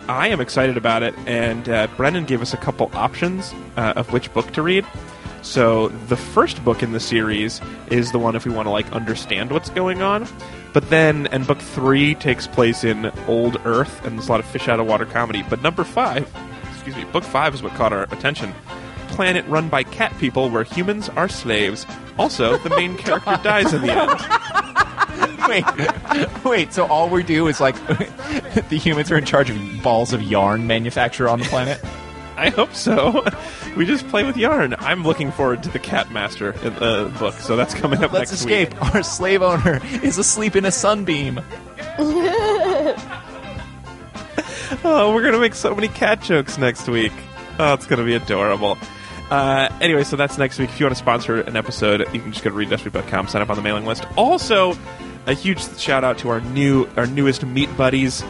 Speaker 1: I am excited about it, and uh, Brennan gave us a couple options uh, of which book to read. So the first book in the series is the one if we want to like understand what's going on. But then, and book three takes place in Old Earth, and there's a lot of fish out of water comedy. But number five, excuse me, book five is what caught our attention. Planet run by cat people where humans are slaves. Also, the main character dies in the end.
Speaker 3: wait, wait. So all we do is like the humans are in charge of balls of yarn manufacture on the planet.
Speaker 1: I hope so. We just play with yarn. I'm looking forward to the Cat Master in the book, so that's coming up
Speaker 3: Let's
Speaker 1: next
Speaker 3: escape.
Speaker 1: week.
Speaker 3: Our slave owner is asleep in a sunbeam.
Speaker 1: Oh, we're gonna make so many cat jokes next week. Oh, it's gonna be adorable. Uh, anyway, so that's next week. If you want to sponsor an episode, you can just go to readdeathweek.com, sign up on the mailing list. Also, a huge shout out to our new, our newest meat buddies,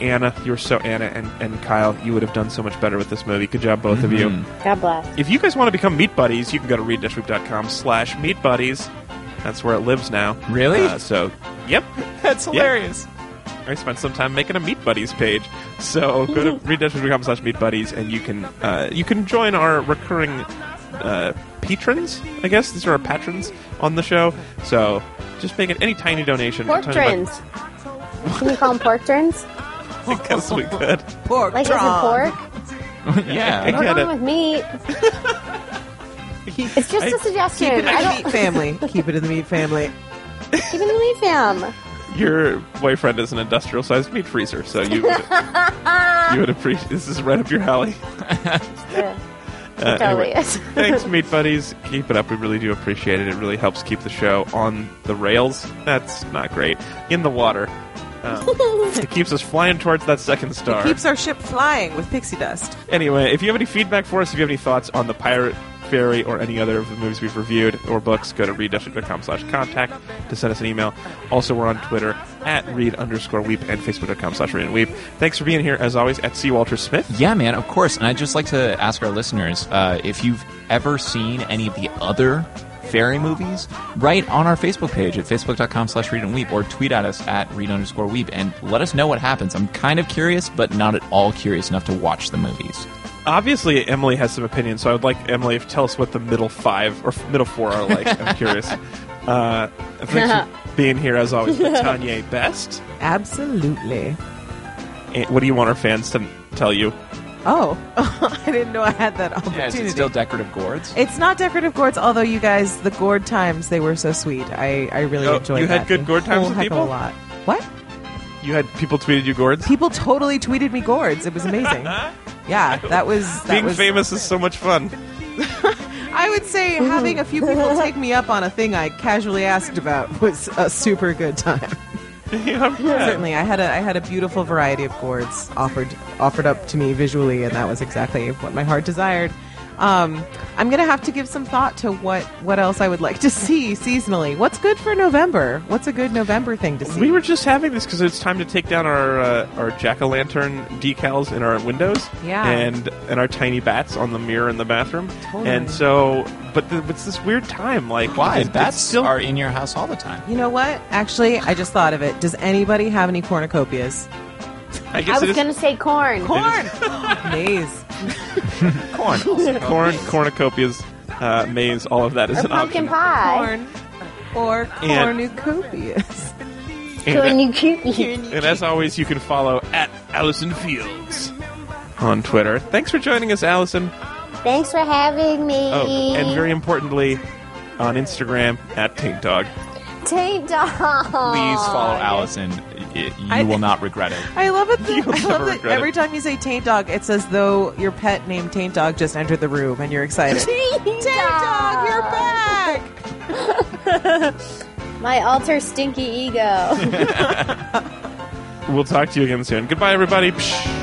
Speaker 1: Anna. You were so Anna and, and Kyle. You would have done so much better with this movie. Good job, both of
Speaker 3: Mm-hmm.
Speaker 1: you.
Speaker 2: God bless.
Speaker 1: If you guys want to become meat buddies, you can go to read-weep.com slash meat buddies. That's where it lives now.
Speaker 3: Really?
Speaker 1: Uh, so, yep.
Speaker 3: That's
Speaker 1: Yeah.
Speaker 3: hilarious.
Speaker 1: I spent some time making a meat buddies page. So go to read-weep.com slash meat buddies and you can, uh, you can join our recurring uh, patrons, I guess. These are our patrons on the show. So just make it any tiny donation.
Speaker 2: Pork
Speaker 1: Tiny buck-
Speaker 2: trins. Can you call them pork trins?
Speaker 1: I guess we could.
Speaker 6: Pork
Speaker 2: Like, is it pork?
Speaker 1: I
Speaker 3: yeah.
Speaker 2: What's
Speaker 1: get
Speaker 2: wrong
Speaker 1: it.
Speaker 2: with meat? It's just a
Speaker 1: I-
Speaker 6: Keep it in
Speaker 2: suggestion.
Speaker 6: the
Speaker 2: I don't
Speaker 6: meat family. Keep it in the meat family.
Speaker 2: even leave
Speaker 1: Uh,
Speaker 2: him.
Speaker 1: Your boyfriend is an industrial-sized meat freezer, so you would, you would appreciate... This is right up your alley.
Speaker 2: Yeah.
Speaker 1: Uh,
Speaker 2: It totally
Speaker 1: anyway.
Speaker 2: is.
Speaker 1: Thanks, Meat Buddies. Keep it up. We really do appreciate it. It really helps keep the show on the rails. That's not great. In the water. Um, it keeps us flying towards that second star.
Speaker 6: Keeps our ship flying with pixie dust.
Speaker 1: anyway, if you have any feedback for us, if you have any thoughts on the pirate fairy or any other of the movies we've reviewed or books go to read.com slash contact to send us an email also we're on twitter at read underscore weep and facebook.com slash read and weep thanks for being here as always at c walter smith
Speaker 3: Yeah, man, of course. And I'd just like to ask our listeners uh, if you've ever seen any of the other fairy movies, write on our Facebook page at facebook.com slash read and weep or tweet at us at read underscore weep and let us know what happens. I'm kind of curious, but not at all curious enough to watch the movies.
Speaker 1: obviously Emily has some opinions, so I would like Emily to tell us what the middle five or middle four are like. I'm curious. Uh, thanks for being here as always, Tanya Best.
Speaker 6: Absolutely.
Speaker 1: And what do you want our fans to tell you?
Speaker 6: Oh, I didn't know I had that opportunity.
Speaker 3: decorative gourds?
Speaker 6: It's not decorative gourds, although you guys, the gourd times they were so sweet. I, I really
Speaker 1: Oh,
Speaker 6: enjoyed.
Speaker 1: you had
Speaker 6: that
Speaker 1: good
Speaker 6: a
Speaker 1: gourd times
Speaker 6: whole
Speaker 1: with
Speaker 6: heck
Speaker 1: people?
Speaker 6: Of a lot. What?
Speaker 1: You had people tweeted you gourds.
Speaker 6: People totally tweeted me gourds. It was amazing. yeah, that was that
Speaker 1: Being
Speaker 6: was,
Speaker 1: famous is so much fun.
Speaker 6: I would say having a few people take me up on a thing I casually asked about was a super good time.
Speaker 1: yeah.
Speaker 6: Certainly, I had a I had a beautiful variety of gourds offered offered up to me visually, and that was exactly what my heart desired. Um, I'm gonna have to give some thought to what what else I would like to see seasonally. What's good for November? What's a good November thing to see?
Speaker 1: We were just having this because it's time to take down our uh, our jack o' lantern decals in our windows,
Speaker 6: Yeah.
Speaker 1: and and our tiny bats on the mirror in the bathroom,
Speaker 6: Totally.
Speaker 1: and so. But the, it's this weird time, like
Speaker 3: Why?
Speaker 1: it- it's
Speaker 3: Bats
Speaker 1: still
Speaker 3: are in your house all the time.
Speaker 6: you know what? Actually, I just thought of it. Does anybody have any cornucopias?
Speaker 1: I guess
Speaker 2: I
Speaker 1: it
Speaker 2: was
Speaker 1: is
Speaker 2: gonna say corn.
Speaker 6: Corn, maize.
Speaker 3: Corn.
Speaker 1: corn, cornucopias, uh, maize, all of that is
Speaker 2: Or
Speaker 1: an
Speaker 2: pumpkin
Speaker 1: option.
Speaker 2: pie.
Speaker 6: corn or
Speaker 1: And-
Speaker 6: cornucopias.
Speaker 1: And,
Speaker 2: Cornucopia.
Speaker 1: and as always, you can follow at Allison Fields on Twitter. Thanks for joining us, Allison.
Speaker 2: Thanks for having me.
Speaker 1: Oh, and very importantly, on Instagram at Pink Dog.
Speaker 2: Taint dog.
Speaker 3: Please follow Allison. Y- y-
Speaker 6: I-
Speaker 3: You will not regret it.
Speaker 6: I love it. That,
Speaker 1: You'll
Speaker 6: I love
Speaker 1: never
Speaker 6: that
Speaker 1: regret
Speaker 6: every
Speaker 1: it.
Speaker 6: time you say Taint Dog, it's as though your pet named Taint Dog just entered the room and you're excited.
Speaker 2: Taint dog.
Speaker 6: back!
Speaker 2: My alter stinky ego.
Speaker 1: We'll talk to you again soon. Goodbye, everybody. Psh.